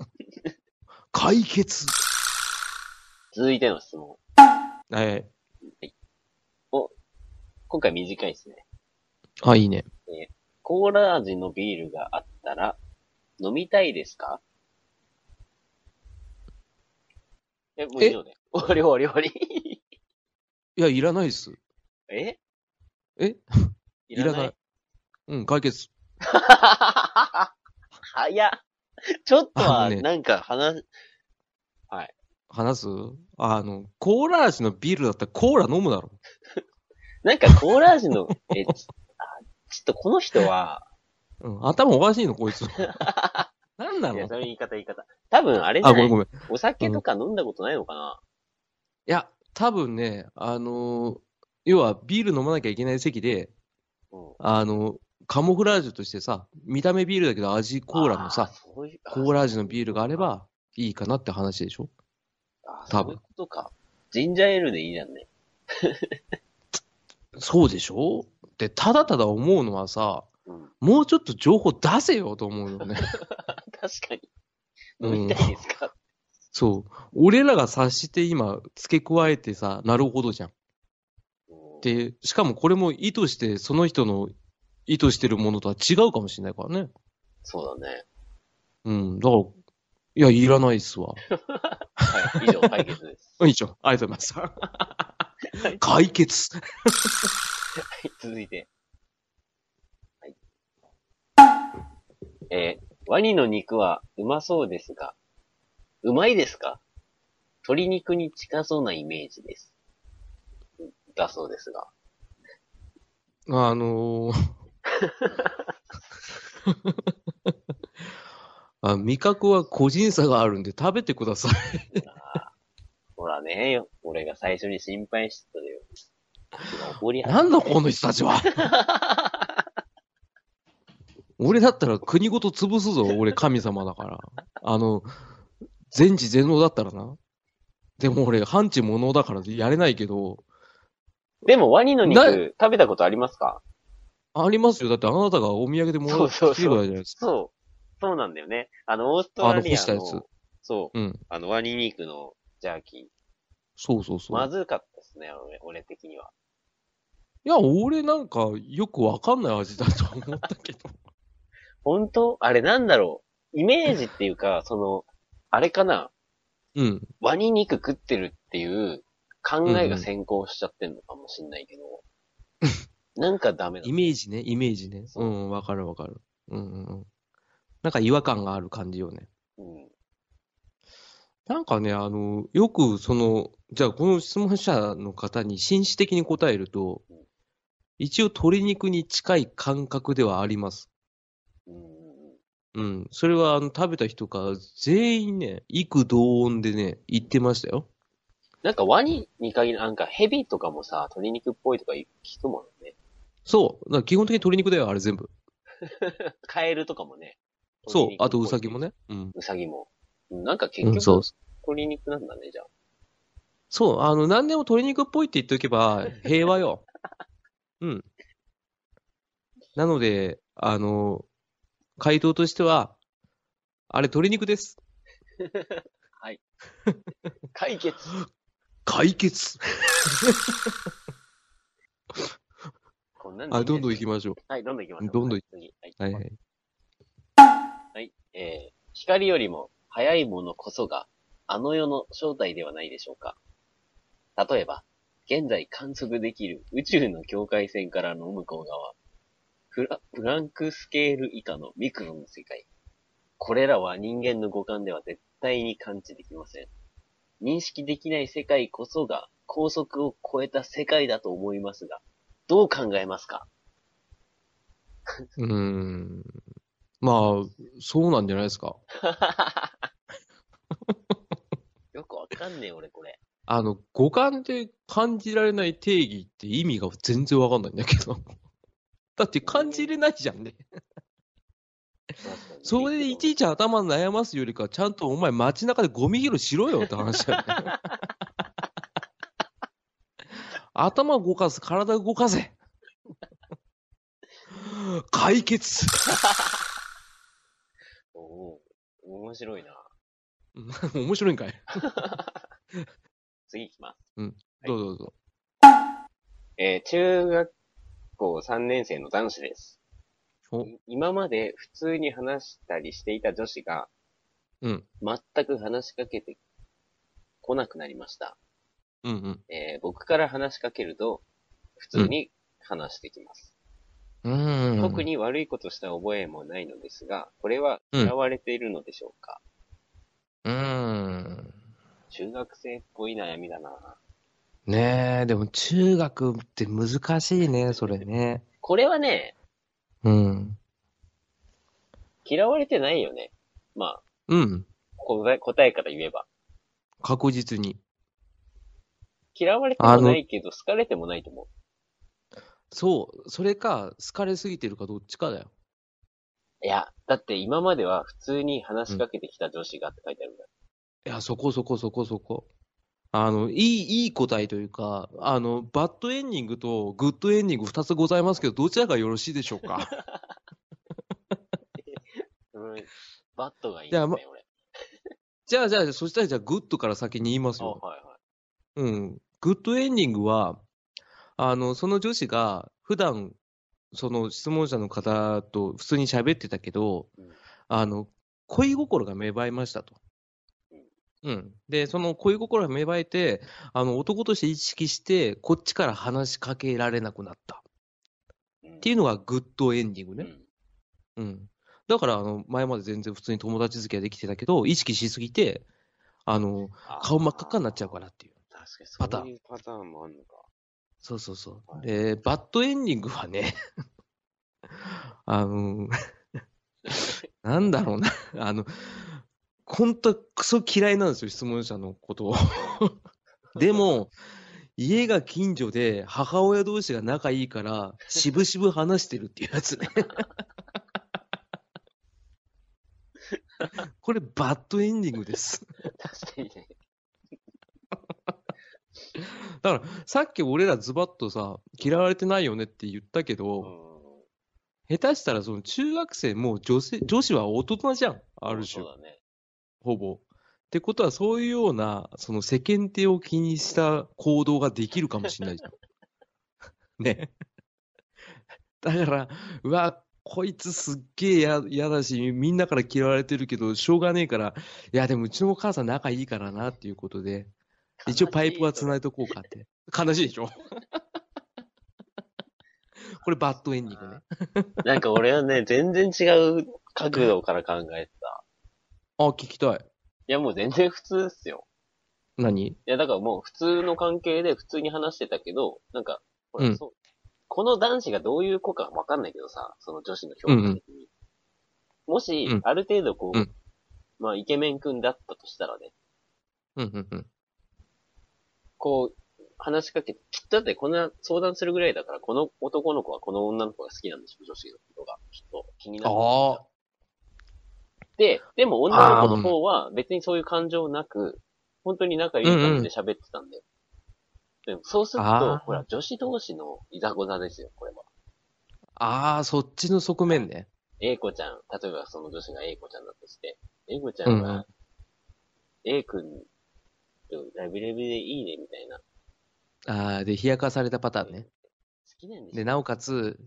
Speaker 2: 解決。
Speaker 1: 続いての質問。
Speaker 2: はい。
Speaker 1: 今回短いですね。
Speaker 2: あ、いいね。
Speaker 1: コーラ味のビールがあったら、飲みたいですかえ、もう以上で。終わり終わり終わり。
Speaker 2: いや、いらないです。
Speaker 1: え
Speaker 2: え
Speaker 1: いらない。
Speaker 2: うん、解決。
Speaker 1: 早っ。ちょっと
Speaker 2: あ
Speaker 1: は、
Speaker 2: のね
Speaker 1: なんか話、
Speaker 2: 話すあの、コーラ味のビールだったらコーラ飲むだろ。
Speaker 1: なんかコーラ味の、え、ちあちょっとこの人は、
Speaker 2: うん、頭おかしいの、こい つ。なんない
Speaker 1: や、
Speaker 2: の
Speaker 1: そういう言い方言い方。多分あれじ
Speaker 2: あ、
Speaker 1: ゃ
Speaker 2: ご
Speaker 1: な
Speaker 2: めん
Speaker 1: い
Speaker 2: ごめん。い
Speaker 1: お酒とか飲んだことないのかな、
Speaker 2: や、多分ね、あのー要はビール飲まなきゃいけない席で、
Speaker 1: うん、
Speaker 2: あのーカモフラージュとしてさ、見た目ビールだけど味コーラの
Speaker 1: あ
Speaker 2: さ、
Speaker 1: そういう
Speaker 2: コーラ味のビールがあればいいかなって話でしょ
Speaker 1: あ
Speaker 2: 多
Speaker 1: そうい
Speaker 2: 分
Speaker 1: うことか。ジンジャーエールでいいじゃんね。
Speaker 2: そうでしょで、ただただ思うのはさ、
Speaker 1: うん、
Speaker 2: もうちょっと情報出せよと思う よね。
Speaker 1: 確かに。
Speaker 2: うん
Speaker 1: 飲みたいですか、
Speaker 2: そう。俺らが察して今付け加えてさ、なるほどじゃん。
Speaker 1: うん
Speaker 2: で、しかもこれも意図して、その人の意図してるものとは違うかもしれないからね。
Speaker 1: そうだね。
Speaker 2: うん。だから、いや、いらないっすわ。
Speaker 1: はい、以上、解決です。
Speaker 2: うん、一応、ありがとうございます。 解決。
Speaker 1: 続いて。はい。えーワニの肉はうまそうですが、うまいですか鶏肉に近そうなイメージです。だそうですが。
Speaker 2: あ のーあ、味覚は個人差があるんで食べてください。
Speaker 1: ほらね、俺が最初に心配してたよ。怒り
Speaker 2: なんだこの人たち は俺だったら国ごと潰すぞ、俺神様だから。あの、全知全能だったらな。でも俺、半知無能だからやれないけど、
Speaker 1: でもワニの
Speaker 2: な
Speaker 1: 肉食べたことありますか
Speaker 2: ありますよ。だってあなたがお土産でもら
Speaker 1: そうそ
Speaker 2: っ
Speaker 1: うそう
Speaker 2: てきてくれたじゃないですか。
Speaker 1: そう。そうなんだよね。あの、オーストラリ
Speaker 2: あの干し
Speaker 1: ア
Speaker 2: た
Speaker 1: の、
Speaker 2: やつ
Speaker 1: そう、
Speaker 2: うん。
Speaker 1: あの、ワニ肉のジャーキ
Speaker 2: そうそうそ
Speaker 1: ー。
Speaker 2: う。
Speaker 1: まずかったですね、俺俺的には。
Speaker 2: いや、俺なんかよくわかんない味だと思った けど。
Speaker 1: 本当あれなんだろう。イメージっていうか、 その、あれかな。
Speaker 2: うん。
Speaker 1: ワニ肉食ってるっていう考えが先行しちゃってんのかもしんないけど。なんかダメだ
Speaker 2: イ。メージね、イメージね。、
Speaker 1: そううん
Speaker 2: わかるわかる。うんうんうん。なんか違和感がある感じよね。
Speaker 1: うん。
Speaker 2: なんかね、あの、よくその、じゃあこの質問者の方に紳士的に答えると
Speaker 1: うん、
Speaker 2: 一応鶏肉に近い感覚ではあります。
Speaker 1: うんうんうん。
Speaker 2: うん。それはあの食べた人が全員ね、幾同音でね、言ってましたよ。
Speaker 1: なんかワニに限り、なんかヘビとかもさ、鶏肉っぽいとか聞くもんね。
Speaker 2: そう。だから基本的に鶏肉だよ、あれ全部。
Speaker 1: カエルとかもね。
Speaker 2: そう
Speaker 1: 鶏。肉っ
Speaker 2: あ
Speaker 1: ぽ
Speaker 2: と
Speaker 1: い
Speaker 2: ウサギも。ね。うん。
Speaker 1: ウサギも。うんなんか結
Speaker 2: うん、そう
Speaker 1: 局、。鶏肉なんだね、じゃあ。
Speaker 2: そう、あの、何でも鶏肉っぽいって言っておけ ば平和よ。うん。なので、あの、回答としては、あれ鶏肉です。
Speaker 1: 解決
Speaker 2: 解決
Speaker 1: こんなんで
Speaker 2: あ、どんどん行
Speaker 1: き
Speaker 2: きましょう。
Speaker 1: はい、どんどん行きましょう。
Speaker 2: どんどん
Speaker 1: 次。はい。
Speaker 2: はいはい。
Speaker 1: はい。えー、光よりも早いものこそが、あの世の正体ではないでしょうか。例えば、現在観測できる宇宙の境界線からの向こう側、フラフランクスケール以下のミクロの世界。これらは人間の五感では絶対に感知できません。認識できない世界こそが、高速を超えた世界だと思いますが、どう考えますか
Speaker 2: うーん。まあ、そうなんじゃないですか。
Speaker 1: よくわかんねえ、俺これ。
Speaker 2: あの、五感で感じられない定義って意味が全然わかんないんだけど。 だって感じれないじゃんね。それでいちいち頭悩ますよりか、ちゃんとお前街中でゴミ拾いしろよって話だよね。頭動かす、体動かせ。解決。
Speaker 1: おおー面白いな。
Speaker 2: 面白いんかい。
Speaker 1: 次行きます。
Speaker 2: どうぞどうぞ。
Speaker 1: えー中学校3年生の男子です。
Speaker 2: お
Speaker 1: い今まで普通に話したりしていた女子が、
Speaker 2: うん。
Speaker 1: 全く話しかけてこなくなりました。
Speaker 2: うんうん。
Speaker 1: えー僕から話しかけると、普通に話してきます。
Speaker 2: うーん。
Speaker 1: 特。に悪いことした覚えもないのですが、これは
Speaker 2: うん
Speaker 1: 嫌われているのでしょうか、
Speaker 2: うーん。
Speaker 1: 中学生っぽい悩みだな
Speaker 2: ねえ、でも中学って難しいね、それね。
Speaker 1: これはね、
Speaker 2: うん。
Speaker 1: 嫌われてないよね。まあ、
Speaker 2: うん。
Speaker 1: 答え答えから言えば。
Speaker 2: 確実に。
Speaker 1: 嫌われてもないけど、好かれてもないと思う。
Speaker 2: そう。それか、好かれすぎてるかどっちかだよ。
Speaker 1: いや、だって今までは普通に話しかけてきた女子がって書いてあるんだよ。
Speaker 2: いや、そこそこそこそこ。あの、いい、いい答えというか、あの、バッドエンディングとグッドエンディング2つございますけど、どちらがよろしいでしょう か
Speaker 1: うん、バットがいいん
Speaker 2: じゃ
Speaker 1: だ
Speaker 2: あ
Speaker 1: ね、
Speaker 2: ま
Speaker 1: 俺。
Speaker 2: じゃあ、じゃあ、そしたらじゃあ、グッドから先に言います
Speaker 1: あ
Speaker 2: よ。
Speaker 1: はいはい。
Speaker 2: うん。グッドエンディングは、あの、その女子が、普段、その質問者の方と普通に喋ってたけど
Speaker 1: うん、
Speaker 2: あの、恋心が芽生えましたと。うん。で、その恋心が芽生えて、あの、男として意識して、こっちから話しかけられなくなった。
Speaker 1: うん、っ
Speaker 2: っていうのがグッドエンディング
Speaker 1: ね。
Speaker 2: ね。うん。だから、あの、前まで全然普通に友達付き合いできてたけど、意識しすぎて、あの、顔真っ赤っかになっちゃうからっていう。
Speaker 1: あー。確
Speaker 2: パ
Speaker 1: か
Speaker 2: タ
Speaker 1: に、そう
Speaker 2: ーン
Speaker 1: いうパターンもあるのか。
Speaker 2: そうそうそ。
Speaker 1: はいう
Speaker 2: で、バッドエンディングはね、 あの、なんだろうな、あの、本当クソ嫌いなんですよ、質問者のこと を。でも、家が近所で母親同士が仲いいから、しぶしぶ話してるっていうや つね。これ、バッドエンディングです。
Speaker 1: 確かにね。
Speaker 2: だから、さっき俺らズバッとさ、嫌われてないよねって言ったけど、
Speaker 1: う
Speaker 2: 下手したらその中学生もう女性、女子は大人じゃん。あ
Speaker 1: ん。
Speaker 2: る種
Speaker 1: そ、うだね。
Speaker 2: ほぼ。ってことは、そういうような、その世間体を気にした行動ができるかもしれないじゃん。 ね。だから、うわ、こいつすっげえや嫌だし、みんなから嫌われてるけど、しょうがねえから、いや、でもうちのお母さん仲いいからな、っていうことで、一応パイプは繋いとこうかって。悲しい でしょこれバッドエンディングね。
Speaker 1: なんか俺はね、全然違う角度から考えてた。
Speaker 2: あ、聞きたい。
Speaker 1: いや、もう全然普通っすよ。
Speaker 2: 何
Speaker 1: いや、だからもう普通の関係で普通に話してたけど、なんか、ほら
Speaker 2: うん
Speaker 1: そうこの男子がどういう子かわかんないけどさ、その女子の評価的に。もし、
Speaker 2: うん
Speaker 1: ある程度こう、
Speaker 2: うん
Speaker 1: まあ、イケメン君だったとしたらね、
Speaker 2: うんうんうん。
Speaker 1: こう、話しかけて、きっとだってこんな相談するぐらいだから、この男の子はこの女の子が好きなんでしょ、女子のことが。ちょっと気になる。
Speaker 2: ああ。
Speaker 1: で、でも女の子の方は別にそういう感情なく、本当に仲いい感じで喋ってたんだよ。でもそうすると、
Speaker 2: あー
Speaker 1: ほら、女子同士のいざこざですよ、これは。
Speaker 2: ああ、そっちの側面ね。
Speaker 1: A 子ちゃん、例えばその女子が A 子ちゃんだとして、A 子ちゃん
Speaker 2: うんう
Speaker 1: が
Speaker 2: ん、
Speaker 1: A 君とラブレブでいいねみたいな。好
Speaker 2: ああ、で、冷やかされたパターンね。
Speaker 1: きなんでしょ
Speaker 2: で、なおかつ、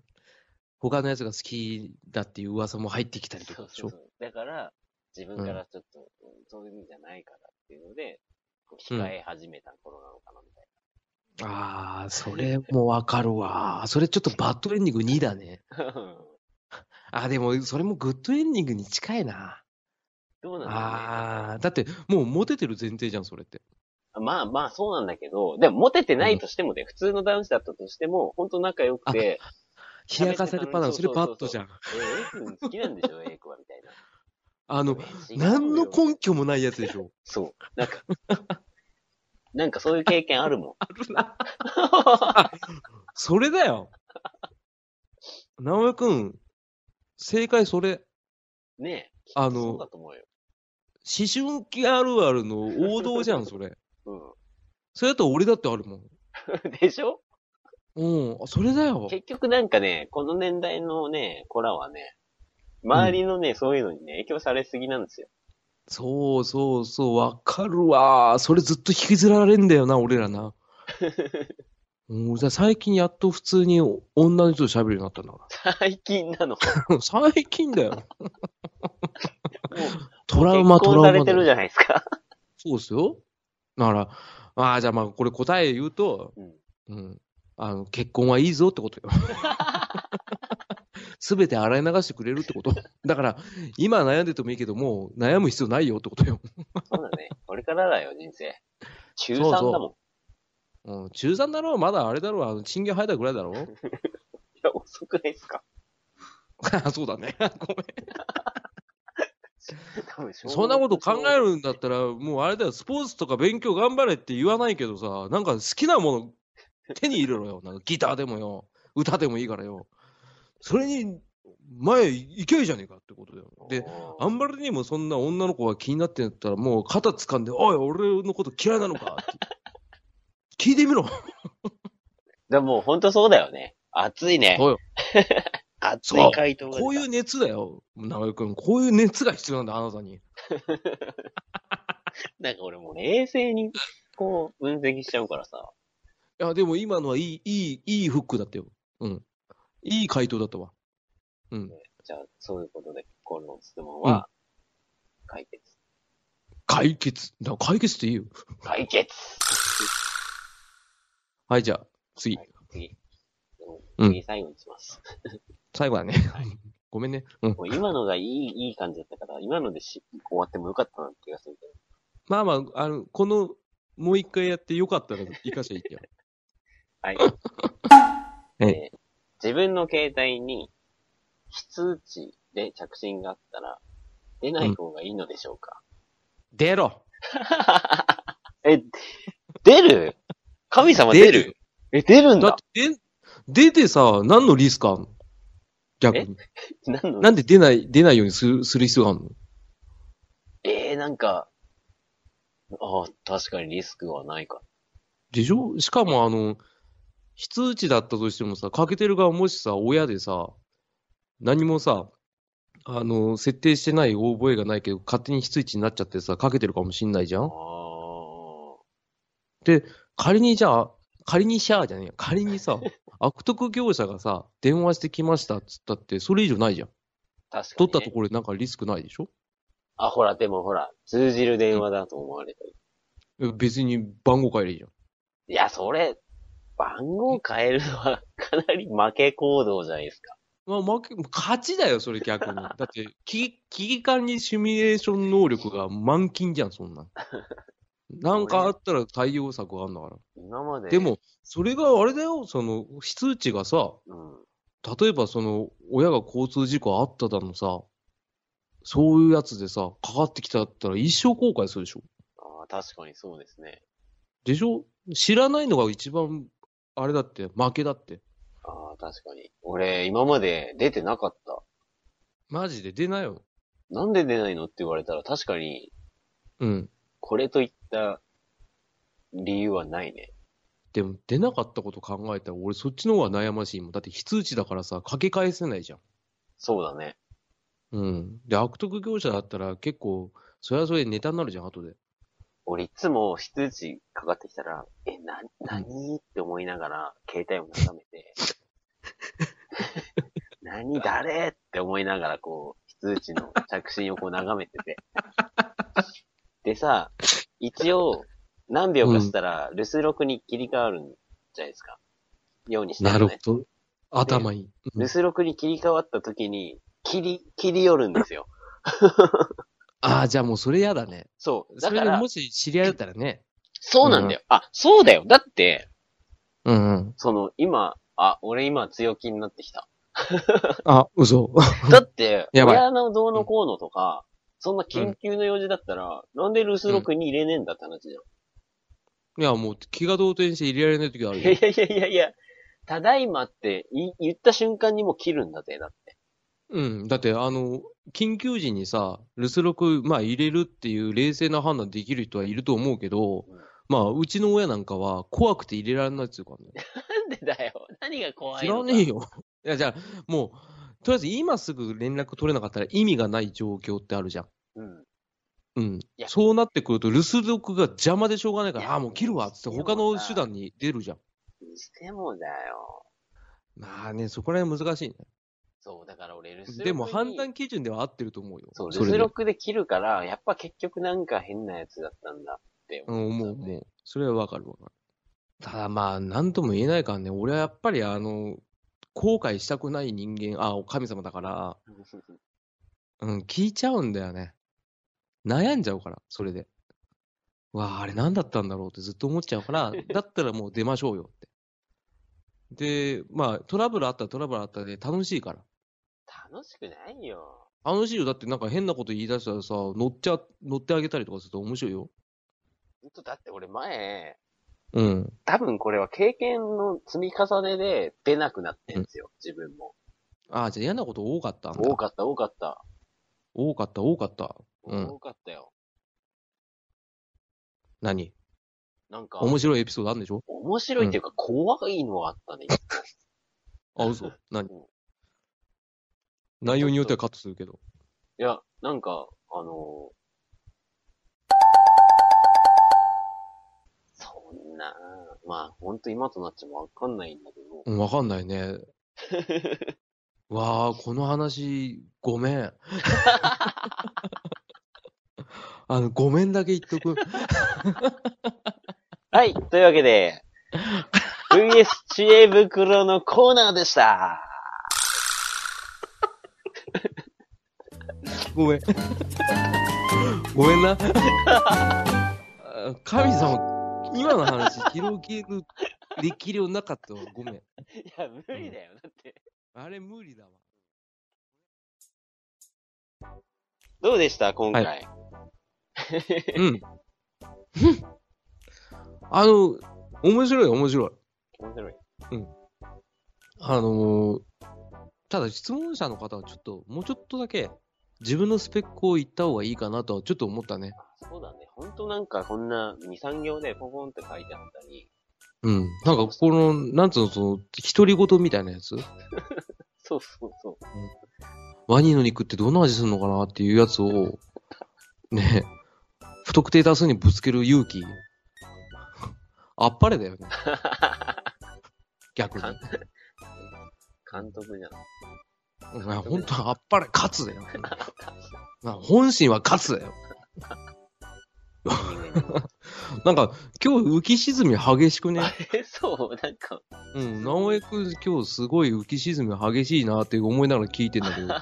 Speaker 2: 他のやつが好きだっていう噂も入ってきたりと
Speaker 1: そ
Speaker 2: か
Speaker 1: う
Speaker 2: でし
Speaker 1: そう
Speaker 2: ょ
Speaker 1: そ。う。だから、自分からちょっと、うんそういうんじゃないからっていうので、こう控え始めた頃なのかなみたい
Speaker 2: ああ、それもわかるわ。それちょっとバッドエンディング2だね。
Speaker 1: な。
Speaker 2: ああ、でも、それもグッドエンディングに近いな。
Speaker 1: どうなんだろうね。
Speaker 2: ああ、だって、もうモテてる前提じゃん、それって。
Speaker 1: まあまあそうなんだけど、でもモテてないとしてもね、普通の男子だったとしても、ほんと仲良くて、
Speaker 2: 冷やかされたパターン、それバッドじゃ
Speaker 1: え
Speaker 2: ん。
Speaker 1: ー、A 君好きなんで しょ、A 君は、みたいな。
Speaker 2: あの、
Speaker 1: え違うよ
Speaker 2: 何の根拠もないやつでしょ。
Speaker 1: そう。なんか、 なんかそういう経験あるもん。
Speaker 2: あるな。それだ よ。直江くん、正解それ。
Speaker 1: ねえ。
Speaker 2: あの
Speaker 1: そうだと思うよ。
Speaker 2: 思春期あるあるの王道じゃん、それ。
Speaker 1: う
Speaker 2: それだと俺だってあるもん。
Speaker 1: ん。 でしょ
Speaker 2: うん、あそれだよ。
Speaker 1: 結局なんかね、この年代のね、子らはね、周りのね、そういうのにね、影響されすぎなんですよ。
Speaker 2: そうそうそう、わかるわ。それずっと引きずられんだよな、俺 らな。うん、じゃあ最近やっと普通に女の人と喋るようになったんだか
Speaker 1: 最近なの。も
Speaker 2: ら。 最近だよ。
Speaker 1: う
Speaker 2: トラウマ、
Speaker 1: 結
Speaker 2: ト
Speaker 1: 婚
Speaker 2: ラ
Speaker 1: さ
Speaker 2: ウマ
Speaker 1: れ
Speaker 2: だ
Speaker 1: て
Speaker 2: よ
Speaker 1: るじゃないですか。
Speaker 2: そうですよ。だから、ああ、じゃあまあ、これ答え言うと、
Speaker 1: うん
Speaker 2: うん。あの、結婚はいいぞって ことよ。すべて洗い流してくれるってこと。だから、今悩んでてもいいけど、もう悩む必要ないよってことよ。
Speaker 1: そうだね。これからだよ、人生。中3
Speaker 2: そう
Speaker 1: だ
Speaker 2: そう
Speaker 1: もん。
Speaker 2: うん、中3だろうまだあれだろうあの、賃金入ったぐらいだろ う
Speaker 1: いや、 遅くないですか
Speaker 2: あそうだね。ごめん。
Speaker 1: 多分
Speaker 2: そんなこと考え
Speaker 1: る。
Speaker 2: るんだったら、もうあれだよ、スポーツとか勉強頑張れって言わないけどさ、なんか好きなもの手に入れろよ。なんかギターでもよ、歌でもいいからよ。それに、前行けばいいじゃねえかってことだよ。で、あんまりにもそんな女の子が気になってんだったら、もう肩掴んで、おい、俺のこと嫌いなのかって。聞いてみろ。
Speaker 1: でも、ほんとそうだよね。暑いね。
Speaker 2: そうよ
Speaker 1: 暑
Speaker 2: そ
Speaker 1: いう回答が出た。
Speaker 2: こういう熱だよ、長井君。こういう熱が必要なんだ、あなたに。
Speaker 1: なんか俺もう冷静に、こう、分析しちゃうからさ。
Speaker 2: いや、でも今のはいい、いい、いいフックだったよ。うん。いい回答だったわ。うん。
Speaker 1: じゃあ、そういうことで、この質問は、解決。
Speaker 2: 解決。だから解決っていいよ。
Speaker 1: 解決
Speaker 2: はい、じゃあ、次
Speaker 1: は。い、次。
Speaker 2: うん
Speaker 1: 次、最後にします。
Speaker 2: 最後だね。 ごめんね。うん。
Speaker 1: もう今のがいい、いい感じだったから、今のでし終わってもよかったなって気がするけど。
Speaker 2: まあまあ、あの、この、もう一回やってよかったら、生かしゃいいよ。
Speaker 1: はい。
Speaker 2: え
Speaker 1: えー自分の携帯に、非通知で着信があったら、出ない方がいいのでしょうか、
Speaker 2: 出ろ
Speaker 1: え、出る神様出るえ、出るん
Speaker 2: だっ
Speaker 1: だ
Speaker 2: て、で出てさ、何のリスクあんの逆に。
Speaker 1: なんの
Speaker 2: なんで出ない、出ないようにする、する必要があるの
Speaker 1: えー、なんか、ああ、確かにリスクはないか。
Speaker 2: でしょしかもあの、非通知だったとしてもさ、かけてる側もしさ、親でさ、何もさ、あの、設定してない覚えがないけど、勝手に非通知になっちゃってさ、かけてるかもしんないじゃ
Speaker 1: ああ
Speaker 2: ん。仮にじゃあ、仮にシャアじゃねえよ。仮にさ、悪徳業者がさ、電話してきましたっつったって、それ以上ないじゃん。
Speaker 1: 確か
Speaker 2: 取っ
Speaker 1: に、
Speaker 2: た
Speaker 1: ね。
Speaker 2: ところでなんかリスクないでしょ
Speaker 1: あ、ほら、でもほら、通じる電話だと思われてる。
Speaker 2: 別に番号変えりゃいいじゃん。
Speaker 1: いや、それ、番号変えるのはかなり負け行動じゃないですか。
Speaker 2: まあ、負け、勝ちだよ、それ逆に。だって、危危機管理シミュレーション能力が満勤じゃん、そんなん。なんかあったら対応策があるんだか
Speaker 1: 今まで。
Speaker 2: ら。で、も、それがあれだよ、その、非通知がさ、
Speaker 1: うん。
Speaker 2: 例えばその、親が交通事故あっただのさ、そういうやつでさ、かかってきたったら一生後悔するでしょ
Speaker 1: ああ、確かにそうですね。
Speaker 2: でしょ知らないのが一番、あれだって、負けだって。
Speaker 1: ああ、確かに。俺、今まで出てなかった。
Speaker 2: マジで出なよ。
Speaker 1: なんで出ないのって言われたら、確かに、
Speaker 2: うん。
Speaker 1: これといった理由はないね。
Speaker 2: でも出なかったこと考えたら、俺そっちの方が悩ましいもん。だって非通知だからさ、かけ返せないじゃん。
Speaker 1: そうだね。
Speaker 2: うん。で、悪徳業者だったら結構、それはそれでネタになるじゃん、後で。
Speaker 1: 俺いつも非通知かかってきたら、え、な、なにって思いながら、携帯を眺めて、何誰って思いながら、こう、非通知の着信をこう眺めてて。でさ、一応、何秒かしたら、留守録に切り替わるんじゃないですか。ようにしてるのね。
Speaker 2: ど。頭いい。
Speaker 1: 留守録に切り替わった時に、切り、切り寄るんですよ。
Speaker 2: ああ、じゃあもうそれやだね。
Speaker 1: そう。だ
Speaker 2: そ
Speaker 1: か
Speaker 2: れで
Speaker 1: ら、
Speaker 2: もし知り合いだったらね。
Speaker 1: そうなんだよ。あ、そうだよ。だって、
Speaker 2: うんうん。
Speaker 1: その、今、あ、俺今強気になってきた。
Speaker 2: あ、嘘。
Speaker 1: だって、
Speaker 2: やばい
Speaker 1: 親のどうのこうのとか、そんな緊急の用事だったら、なんで留守録に入れねえんだって話じゃ
Speaker 2: いや、もう気が動転して入れられない時があ
Speaker 1: ん。
Speaker 2: る
Speaker 1: い
Speaker 2: よ
Speaker 1: やいやいやいやいや、ただいまってい言った瞬間にもう切るんだぜ、だって。
Speaker 2: うん。だって、あの、緊急時にさ、留守録、まあ入れるっていう冷静な判断できる人はいると思うけど、
Speaker 1: うん
Speaker 2: まあ、うちの親なんかは怖くて入れられないっていうかね。
Speaker 1: なんでだよ。何が怖
Speaker 2: 知
Speaker 1: いの
Speaker 2: ら
Speaker 1: か
Speaker 2: ねえよ。 いや、じゃあ、もう、とりあえず今すぐ連絡取れなかったら意味がない状況ってあるじゃん。
Speaker 1: うん。
Speaker 2: うん
Speaker 1: い。や
Speaker 2: そうなってくると、留守録が邪魔でしょうがないか
Speaker 1: い
Speaker 2: ら、
Speaker 1: や
Speaker 2: ああー、もう切るわっつって他
Speaker 1: もう
Speaker 2: の
Speaker 1: さ
Speaker 2: 手段に出るじゃん。
Speaker 1: にしてもだよ。
Speaker 2: まあね、そこら辺難しいね。
Speaker 1: そう、だから俺留守録に。
Speaker 2: でも判断基準では合ってると思うよ。
Speaker 1: そう、留
Speaker 2: それ
Speaker 1: 守
Speaker 2: で
Speaker 1: 録で切るから、やっぱ結局なんか変なやつだったんだって
Speaker 2: う
Speaker 1: 思
Speaker 2: ん、も
Speaker 1: っ
Speaker 2: う、
Speaker 1: ちゃね
Speaker 2: もう、それはわかるわかる。ただまあ、なんとも言えないからね、俺はやっぱりあの、後悔したくない人間、あ、神様だから、うん、聞いちゃうんだよね。悩んじゃうから、それで。わあ、あれ何だったんだろうってずっと思っちゃうから、だったらもう出ましょうよって。で、まあ、トラブルあったらトラブルあったで楽しいから。
Speaker 1: 楽しくないよ。
Speaker 2: 楽しいよ。だってなんか変なこと言い出したらさ、乗っちゃ、乗ってあげたりとかすると面白いよ。
Speaker 1: ほんとだって俺前、
Speaker 2: うん。
Speaker 1: 多分これは経験の積み重ねで出なくなってんですよ、自分も。
Speaker 2: ああ、じゃあ嫌なこと多かったんだ。
Speaker 1: 多かった、多かった。
Speaker 2: 多かった、多かった。うん
Speaker 1: 多かったよ。
Speaker 2: 何
Speaker 1: なんか、
Speaker 2: 面白いエピソードあるんでしょ
Speaker 1: 面白いっていうか、怖いのはあったね。
Speaker 2: あ、 嘘。何
Speaker 1: うん
Speaker 2: 内容によってはカットするけど。
Speaker 1: いや、なんか、あのそんな、まあ、ほんと今となっちゃわかんないんだけど、
Speaker 2: うん、わかんない ね。わあ、この話、ごめ ん。あの、ごめんだけ言っとく。
Speaker 1: はい、というわけで、VS 知恵袋のコーナーでした。
Speaker 2: ごめん。ごめん な。あ神様、今の話、広げる力量なかったわ。ごめん。
Speaker 1: いや、無理だよ。だって。
Speaker 2: あれ無理だわ。
Speaker 1: どうでした今回。
Speaker 2: はうん。あの、面白い、面白い。
Speaker 1: 面白い。
Speaker 2: あのーただ質問者の方はちょっと、もうちょっとだけ、自分のスペックを言った方がいいかなとはちょっと思ったね。
Speaker 1: そうだね。ほんとなんかこんな2、3行でポコンって書いてあったり。
Speaker 2: うん。なんか、この、なんつうの、その、独り言みたいなやつ
Speaker 1: そうそうそう。
Speaker 2: ワニの肉ってどんな味するのかなっていうやつを、ね、不特定多数にぶつける勇気、あっぱれだよね。逆に。
Speaker 1: 監督 じゃん。
Speaker 2: お前、本当あっぱれ、勝つだよ。まあ本心は勝つだよ。なんか、今日浮き沈み激しくね。
Speaker 1: あれそう、なんか、
Speaker 2: うん、直江くん今日すごい浮き沈み激しいなって思いながら聞いてんだけど。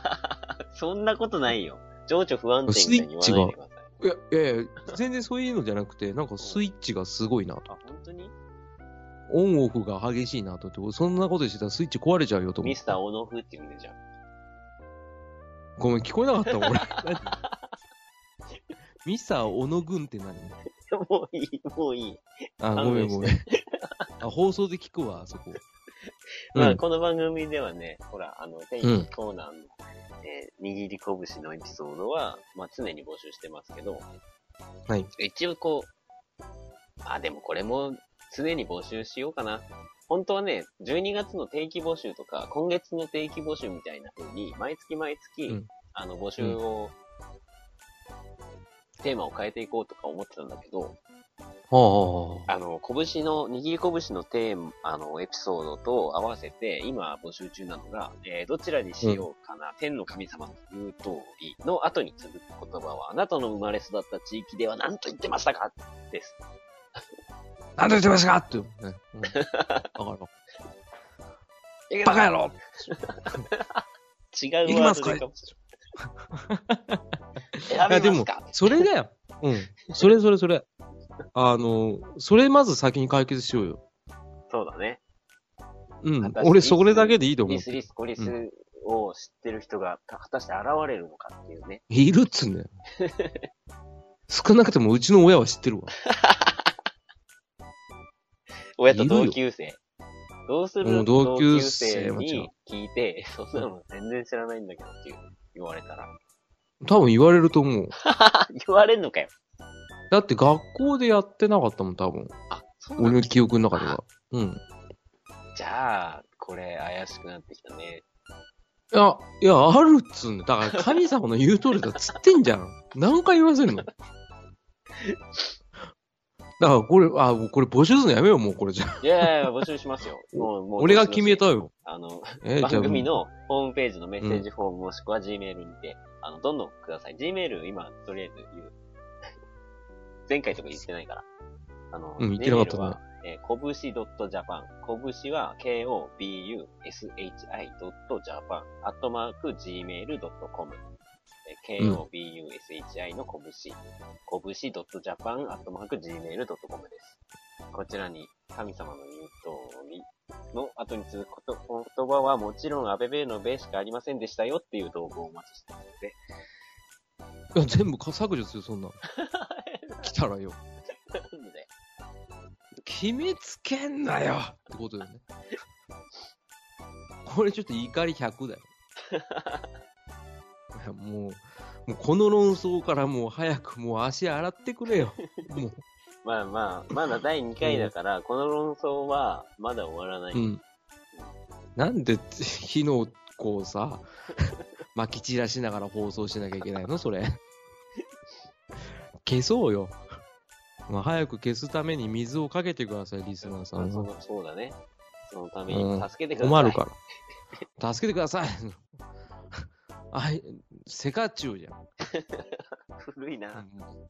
Speaker 1: そんなことないよ。情緒不安定みたいに言わないでください。
Speaker 2: いや、いやいや、全然そういうのじゃなくて、なんかスイッチがすごいなと。
Speaker 1: あ、本当に
Speaker 2: オンオフが激しいなと思って、俺そんなことしてたらスイッチ壊れちゃうよと思っ
Speaker 1: ミ
Speaker 2: て
Speaker 1: スターオノフって言うんでじゃん。
Speaker 2: ごめん、聞こえなかった、俺。 何ミスター小野軍って何
Speaker 1: もういい、もういい。
Speaker 2: あ、ごめんごめん。 あ、放送で聞くわ、そこ。
Speaker 1: ま
Speaker 2: う
Speaker 1: あ、
Speaker 2: ん
Speaker 1: この番組ではね、ほら、あの、天気コーナーの、えー握り拳のエピソードは、まあ、常に募集してますけど、
Speaker 2: はい。
Speaker 1: 一応こう、あ、でもこれも常に募集しようかな。本当はね、12月の定期募集とか、今月の定期募集みたいな風に、毎月毎月、
Speaker 2: うん
Speaker 1: あの、募集を、テーマを変えていこうとか思ってたんだけど、
Speaker 2: はあ、
Speaker 1: あの、拳の、握り拳のテーマ、あの、エピソードと合わせて、今募集中なのが、えーどちらにしようかな、天の神様の言う通りの後に続く言葉は、あなたの生まれ育った地域では何と言ってましたかです。
Speaker 2: なんと言ってましたかって。ね うん、だから、バカ野郎
Speaker 1: 違
Speaker 2: 行
Speaker 1: う
Speaker 2: き
Speaker 1: ワ
Speaker 2: ま
Speaker 1: ー
Speaker 2: す
Speaker 1: ド
Speaker 2: か
Speaker 1: でかもしれな い。選びますか
Speaker 2: それだよ。うん。それそれそれ。あの、それまず先に解決しようよ。
Speaker 1: そうだね。
Speaker 2: うん。
Speaker 1: 私
Speaker 2: 俺、それだけでいいと思う
Speaker 1: リ。スリス、コリスを知ってる人が、果たして現れるのかっていうね。
Speaker 2: いるっつうんだよ。少なくともうちの親は知ってるわ。
Speaker 1: 親と
Speaker 2: いるよ
Speaker 1: 同級生。どうす
Speaker 2: う
Speaker 1: る
Speaker 2: ん
Speaker 1: 同
Speaker 2: 同
Speaker 1: 級
Speaker 2: 級
Speaker 1: 生
Speaker 2: 生
Speaker 1: に聞いて、 そんなの全然知らないんだけどっていう言われたら。
Speaker 2: 多分言われると思う。
Speaker 1: あ、言われんのかよ。
Speaker 2: だって学校でやってなかったもん、多分。
Speaker 1: あ、そうな
Speaker 2: 俺
Speaker 1: んだ
Speaker 2: の記憶の中では。うん。い
Speaker 1: じゃあ、これ怪しくなってきたね。
Speaker 2: や、いや、あるっつうんだよ。だから神様の言う通りだっつってんじゃん。何回言わせるのだからこれ、あ、もうこれ募集するのやめよう、もうこれじゃ。
Speaker 1: いやいやいや募集し ますよ。もう、もう。
Speaker 2: 俺が決めた
Speaker 1: どし
Speaker 2: よ。
Speaker 1: どし。あの、
Speaker 2: え じゃ
Speaker 1: 番
Speaker 2: あ、
Speaker 1: 組のホームページのメッセージフォームもしくは Gmail にて、あの、どんどんください。Gmail、今、とりあえず言う。 前回とか言ってないから。あの、
Speaker 2: うん言ってなかったな
Speaker 1: Gmail はえー、し .japan。拳は kobushi.japan。アットマーク gmail.com。え
Speaker 2: うん
Speaker 1: ー kobushi の拳。拳 .japan。アットマーク gmail.com です。こちらに神様の言う通りの後に続くこと言葉はもちろんアベベのべしかありませんでしたよっていう動画をお待ちしてますので。
Speaker 2: いや全部削除する、そん なの。来たらよ。
Speaker 1: なんで
Speaker 2: 決めつけんなよってことだよね。これちょっと怒り100だよ。 いやもう、もうこの論争からもう早くもう足洗ってくれよ。も
Speaker 1: まあまあ、まだ第2回だから、この論争はまだ終わらない。
Speaker 2: う、うん。なんで火のこう さ、撒き散らしながら放送しなきゃいけないのそれ。 消そうよ。まあ、早く消すために水をかけてください、リスナーさ
Speaker 1: まあ
Speaker 2: ん
Speaker 1: そ
Speaker 2: は。
Speaker 1: のそうだね。そのため
Speaker 2: う
Speaker 1: に
Speaker 2: ん
Speaker 1: 助けてください。
Speaker 2: 困るから。助けてください。 あい、セカチュウじゃん。
Speaker 1: 古いな。
Speaker 2: もう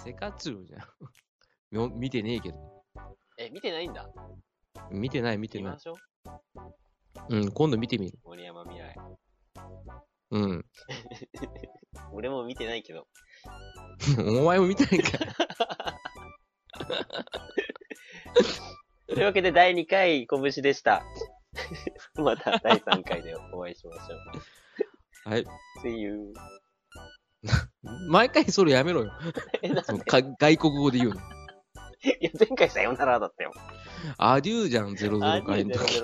Speaker 2: セカチュウじゃん。よ見てねえけど。
Speaker 1: え、見てないんだ。
Speaker 2: 見てない、見て
Speaker 1: 見
Speaker 2: ない
Speaker 1: ま。しょう。
Speaker 2: うん、今度見てみる。
Speaker 1: 森山未来。
Speaker 2: うん。
Speaker 1: 俺も見てないけど。
Speaker 2: お前も見てないんかい。
Speaker 1: というわけで第2回拳でした。また第3回でお会いしましょう。
Speaker 2: はい。
Speaker 1: See you.
Speaker 2: 毎回それやめろよ。
Speaker 1: え、なん
Speaker 2: その
Speaker 1: で
Speaker 2: か外国語で言うの。
Speaker 1: いや、前回さよならだったよ。
Speaker 2: アデューじゃん、00回の時。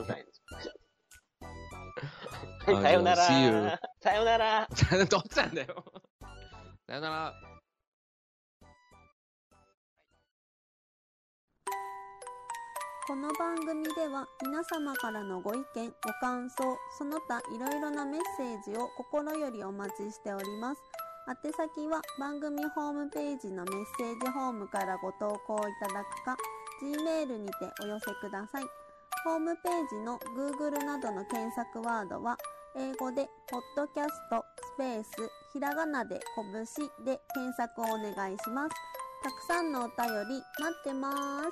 Speaker 1: あ00回はいさよなら
Speaker 2: あじゃあ See you。
Speaker 1: さよなら。
Speaker 2: どっちなんだよ。 さよなら。
Speaker 3: この番組では皆様からのご意見、ご感想、その他いろいろなメッセージを心よりお待ちしております。宛先は番組ホームページのメッセージホームからご投稿いただくか、Gmail にてお寄せください。ホームページの Google などの検索ワードは、英語で、ポッドキャスト、スペース、ひらがなで、こぶしで検索をお願いします。たくさんのお便り待ってます。